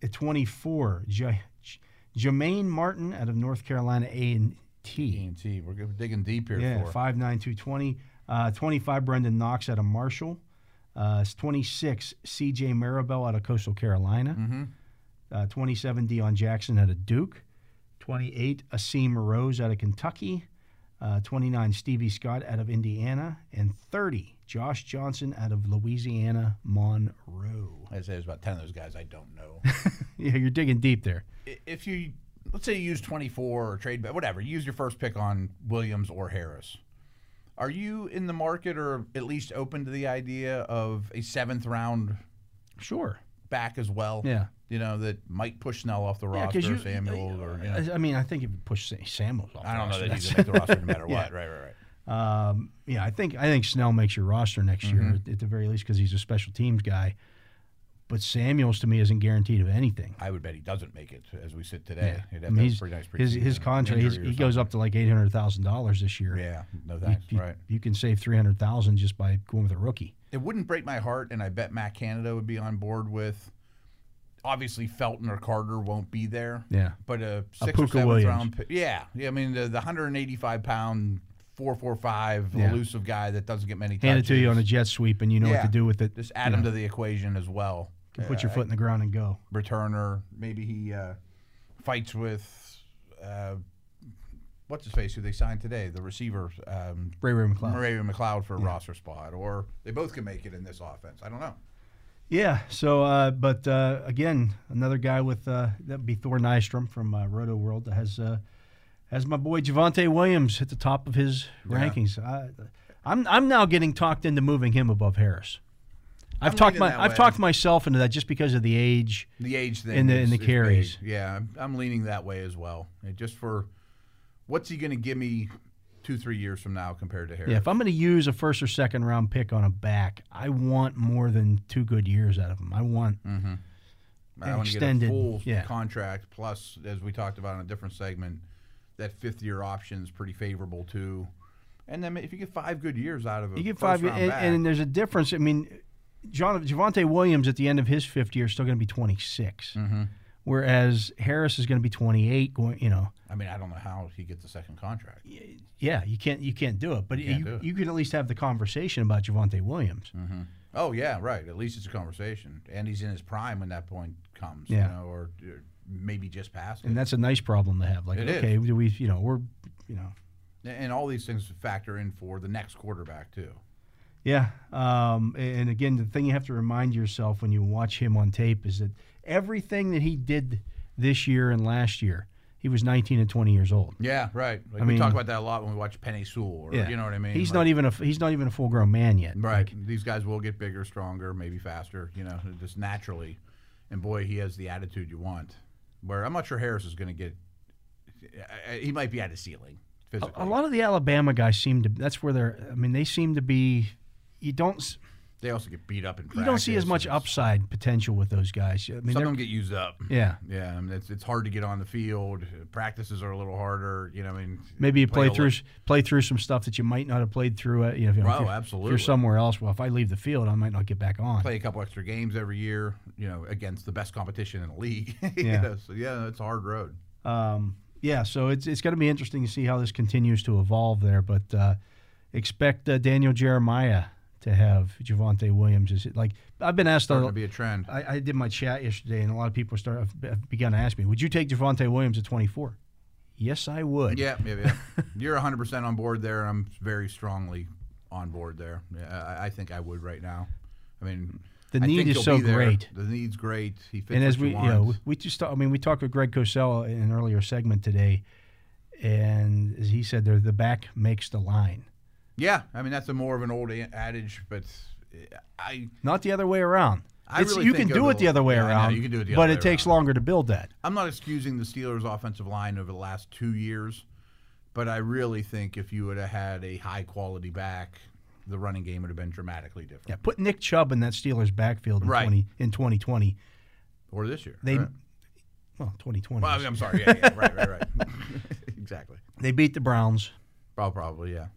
Speaker 2: At 24, J- J- Jermaine Martin out of North Carolina A&T.
Speaker 4: TNT, we're good- digging deep here.
Speaker 2: Yeah,
Speaker 4: for.
Speaker 2: 5'9", 220. Uh, 25, Brendan Knox out of Marshall. Uh, 26, C.J. Maribel out of Coastal Carolina.
Speaker 4: Mm-hmm.
Speaker 2: Uh, 27, Deion Jackson out of Duke. 28, Asim Rose out of Kentucky. Uh, 29, Stevie Scott out of Indiana. And 30, Josh Johnson out of Louisiana Monroe.
Speaker 4: I say there's about ten of those guys I don't know.
Speaker 2: Yeah, you're digging deep there.
Speaker 4: I- if you let's say you use 24 or trade back, whatever, you use your first pick on Williams or Harris. Are you in the market or at least open to the idea of a seventh round
Speaker 2: Sure.
Speaker 4: back as well?
Speaker 2: Yeah.
Speaker 4: You know, that might push Snell off the roster,
Speaker 2: you- uh,
Speaker 4: Samuel, or, you know,
Speaker 2: I, I mean, I think if you push Sa- Samuels off,
Speaker 4: I don't know
Speaker 2: the
Speaker 4: that he's
Speaker 2: roster,
Speaker 4: going to make the roster no matter what. Right, right, right.
Speaker 2: Um, yeah, I think I think Snell makes your roster next year
Speaker 4: Mm-hmm.
Speaker 2: at- at the very least because he's a special teams guy. But Samuels to me isn't guaranteed of anything.
Speaker 4: I would bet he doesn't make it as we sit today. He'd have to
Speaker 2: I mean,
Speaker 4: have a
Speaker 2: he's-
Speaker 4: pretty nice
Speaker 2: his
Speaker 4: preseason,
Speaker 2: his
Speaker 4: an
Speaker 2: contract he's-
Speaker 4: injury or
Speaker 2: he goes
Speaker 4: something.
Speaker 2: up to like eight hundred thousand dollars this year.
Speaker 4: Yeah, no
Speaker 2: You,
Speaker 4: thanks.
Speaker 2: you-
Speaker 4: right.
Speaker 2: you can save three hundred thousand just by going with a rookie.
Speaker 4: it wouldn't break my heart, and I bet Matt Canada would be on board with. Obviously, Felton or Carter won't be there.
Speaker 2: Yeah.
Speaker 4: but a six or
Speaker 2: Puka
Speaker 4: seventh
Speaker 2: Williams.
Speaker 4: round. Pick, yeah, yeah. I mean, the, the 185 pound, four four five
Speaker 2: Yeah.
Speaker 4: elusive guy that doesn't get many. Touches.
Speaker 2: Hand it to you on a jet sweep, and you know
Speaker 4: Yeah.
Speaker 2: what to do with it.
Speaker 4: Just add him to the equation as well.
Speaker 2: You put your foot in the ground and go.
Speaker 4: Returner, maybe he uh, fights with. Uh, What's his face? Who they signed today? The receiver, um,
Speaker 2: Ray Ray McLeod.
Speaker 4: Moravian McLeod, for a roster spot, or they both can make it in this offense. I don't know.
Speaker 2: Yeah. So, uh, but uh, again, another guy with uh, that'd be Thor Nystrom from uh, Roto World that has uh, has my boy Javante Williams at the top of his rankings. I, I'm I'm now getting talked into moving him above Harris. I've
Speaker 4: I'm
Speaker 2: talked
Speaker 4: leaning
Speaker 2: my
Speaker 4: that
Speaker 2: I've
Speaker 4: way.
Speaker 2: talked myself into that just because of the age.
Speaker 4: The age thing
Speaker 2: In the- in
Speaker 4: is-
Speaker 2: the
Speaker 4: is big.
Speaker 2: carries.
Speaker 4: Yeah, I'm, I'm leaning that way as well. And just for what's he going to give me two, three years from now compared to Harris?
Speaker 2: Yeah, if I'm going to use a first or second round pick on a back, I want more than two good years out of him. I want
Speaker 4: Mm-hmm. I want to get a
Speaker 2: extended,
Speaker 4: full
Speaker 2: yeah.
Speaker 4: contract. Plus, as we talked about in a different segment, that fifth year option is pretty favorable too. And then if you get five good years out of a
Speaker 2: You get
Speaker 4: first
Speaker 2: five,
Speaker 4: round
Speaker 2: and,
Speaker 4: back,
Speaker 2: and there's a difference. I mean, John Javante Williams at the end of his fifth year is still going to be 26,
Speaker 4: Mm-hmm.
Speaker 2: whereas Harris is going to be 28. Going, you know,
Speaker 4: I mean, I don't know how he gets a second contract.
Speaker 2: yeah, you can't you can't do it, but you
Speaker 4: can't
Speaker 2: you,
Speaker 4: do it.
Speaker 2: can at least have the conversation about Javante Williams.
Speaker 4: Oh yeah, right. At least it's a conversation, and he's in his prime when that point comes.
Speaker 2: Yeah.
Speaker 4: you know, or, or maybe just past. it.
Speaker 2: And that's a nice problem to have. Like,
Speaker 4: It is.
Speaker 2: okay, do we, you know, we're, you know,
Speaker 4: and all these things factor in for the next quarterback too.
Speaker 2: Yeah. Um, and again, the thing you have to remind yourself when you watch him on tape is that everything that he did this year and last year, he was 19 and 20 years old.
Speaker 4: Yeah, right. Like
Speaker 2: I
Speaker 4: we talk
Speaker 2: mean-
Speaker 4: about that a lot when we watch Penny Sewell. Or, You know what I mean?
Speaker 2: He's not even a he's not even a full grown man yet.
Speaker 4: right. These guys will get bigger, stronger, maybe faster. You know, just naturally. And boy, he has the attitude you want. Where I'm not sure Harris is going to get. I- I- He might be at his ceiling physically.
Speaker 2: A lot of the Alabama guys seem to. That's where they're. I mean, they seem to be. You don't s-
Speaker 4: they also get beat up in practice.
Speaker 2: you don't see as much
Speaker 4: and
Speaker 2: upside potential with those guys. I mean,
Speaker 4: Some of
Speaker 2: they're,
Speaker 4: them get used up.
Speaker 2: yeah.
Speaker 4: Yeah, I mean, it's, it's hard to get on the field. Practices are a little harder. You know, I mean,
Speaker 2: Maybe you play
Speaker 4: a
Speaker 2: through
Speaker 4: little-
Speaker 2: s- play through some stuff that you might not have played through. uh, You know, if, you-
Speaker 4: Oh,
Speaker 2: if you're- If
Speaker 4: absolutely.
Speaker 2: you're somewhere else, well, if I leave the field, I might not get back on.
Speaker 4: play a couple extra games every year, you know, against the best competition in the league. You
Speaker 2: Yeah.
Speaker 4: know, so yeah, it's a hard road.
Speaker 2: Um, yeah, so it's it's going to be interesting to see how this continues to evolve there. But uh, expect uh, Daniel Jeremiah to have Javante Williams. Is it like I've been asked
Speaker 4: Starting
Speaker 2: a,
Speaker 4: to be a trend.
Speaker 2: I, I did my chat yesterday, and a lot of people start have- have begun to ask me, "Would you take Javante Williams at 24?" Yes, I would.
Speaker 4: Yeah, yeah, yeah. You're 100% on board there, and I'm very strongly on board there. Yeah, I, I think I would right now. I mean,
Speaker 2: The
Speaker 4: I
Speaker 2: need
Speaker 4: think
Speaker 2: is
Speaker 4: he'll
Speaker 2: so
Speaker 4: be there.
Speaker 2: great.
Speaker 4: The need's great. He fits
Speaker 2: and as
Speaker 4: what
Speaker 2: we
Speaker 4: you
Speaker 2: you
Speaker 4: want.
Speaker 2: know we- we just talk, I mean we talked with Greg Cosell in an earlier segment today, and as he said, there the back makes the line,
Speaker 4: yeah, I mean that's a more of an old a- adage, but I
Speaker 2: not the other way around.
Speaker 4: I
Speaker 2: It's-
Speaker 4: really
Speaker 2: you
Speaker 4: think
Speaker 2: can do
Speaker 4: it'll-
Speaker 2: it the other way
Speaker 4: yeah, I know,
Speaker 2: around.
Speaker 4: you can do it the
Speaker 2: but
Speaker 4: other
Speaker 2: it
Speaker 4: way
Speaker 2: takes
Speaker 4: around.
Speaker 2: longer to build that.
Speaker 4: I'm not excusing the Steelers' offensive line over the last two years, but I really think if you would have had a high quality back, the running game would have been dramatically different.
Speaker 2: Yeah, put Nick Chubb in that Steelers backfield in
Speaker 4: Right.
Speaker 2: 20 in 2020.
Speaker 4: Or this year.
Speaker 2: They
Speaker 4: right?
Speaker 2: well 2020.
Speaker 4: Well, I mean, I'm sorry. Yeah, yeah, right, right, right. exactly.
Speaker 2: they beat the Browns.
Speaker 4: Well, probably, yeah.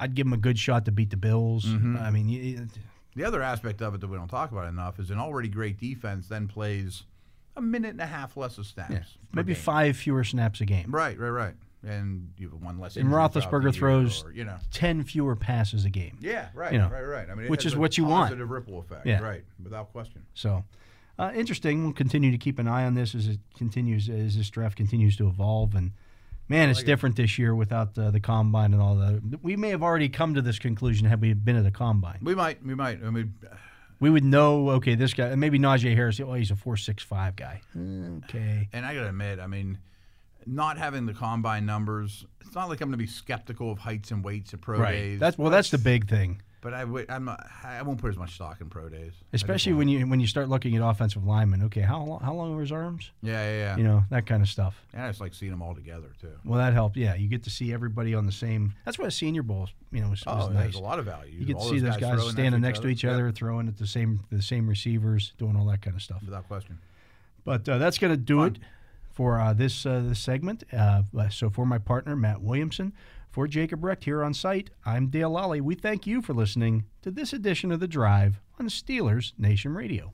Speaker 2: I'd give them a good shot to beat the Bills.
Speaker 4: Mm-hmm.
Speaker 2: I mean, you-
Speaker 4: The other aspect of it that we don't talk about enough is an already great defense then plays a minute and a half less of snaps. per
Speaker 2: maybe
Speaker 4: game.
Speaker 2: five fewer snaps a game,
Speaker 4: Right, right, right. And you have one less.
Speaker 2: And
Speaker 4: injury throughout the
Speaker 2: Roethlisberger
Speaker 4: year
Speaker 2: throws-
Speaker 4: or, you know.
Speaker 2: ten fewer passes a game.
Speaker 4: Yeah, right,
Speaker 2: you know,
Speaker 4: right, right. I mean, it
Speaker 2: which
Speaker 4: has
Speaker 2: is
Speaker 4: a
Speaker 2: what you want.
Speaker 4: Positive ripple effect.
Speaker 2: Yeah.
Speaker 4: Right, without question.
Speaker 2: So, uh, interesting. We'll continue to keep an eye on this as it continues, as this draft continues to evolve. And man, it's different this year without uh, the combine and all that. We may have already come to this conclusion had we been at a combine.
Speaker 4: We might, we might. I mean,
Speaker 2: We would know, okay, this guy, and maybe Najee Harris. Oh, he's a four six five guy. Okay,
Speaker 4: and I gotta admit, I mean, not having the combine numbers, it's not like I'm gonna be skeptical of heights and weights at pro days.
Speaker 2: That's well, that's the big thing,
Speaker 4: But I would, I'm not, I won't put as much stock in pro days. I just
Speaker 2: especially
Speaker 4: won't.
Speaker 2: when you when you start looking at offensive linemen. Okay, how long, how long are his arms?
Speaker 4: yeah, yeah, yeah.
Speaker 2: You know that kind of stuff.
Speaker 4: and I just like seeing them all together too.
Speaker 2: Well, that helped. Yeah, you get to see everybody on the same. That's why Senior Bowl, you know, was, was
Speaker 4: Oh,
Speaker 2: nice.
Speaker 4: there's a lot of value.
Speaker 2: You get to
Speaker 4: All
Speaker 2: see those guys,
Speaker 4: throwing
Speaker 2: standing next to each
Speaker 4: Yep,
Speaker 2: other, throwing at the same the same receivers, doing all that kind of stuff.
Speaker 4: without question.
Speaker 2: But uh, that's going to do it for uh, this uh, this segment. Uh, so for my partner Matt Williamson, for Jacob Recht here on site, I'm Dale Lally. We thank you for listening to this edition of the Drive on Steelers Nation Radio.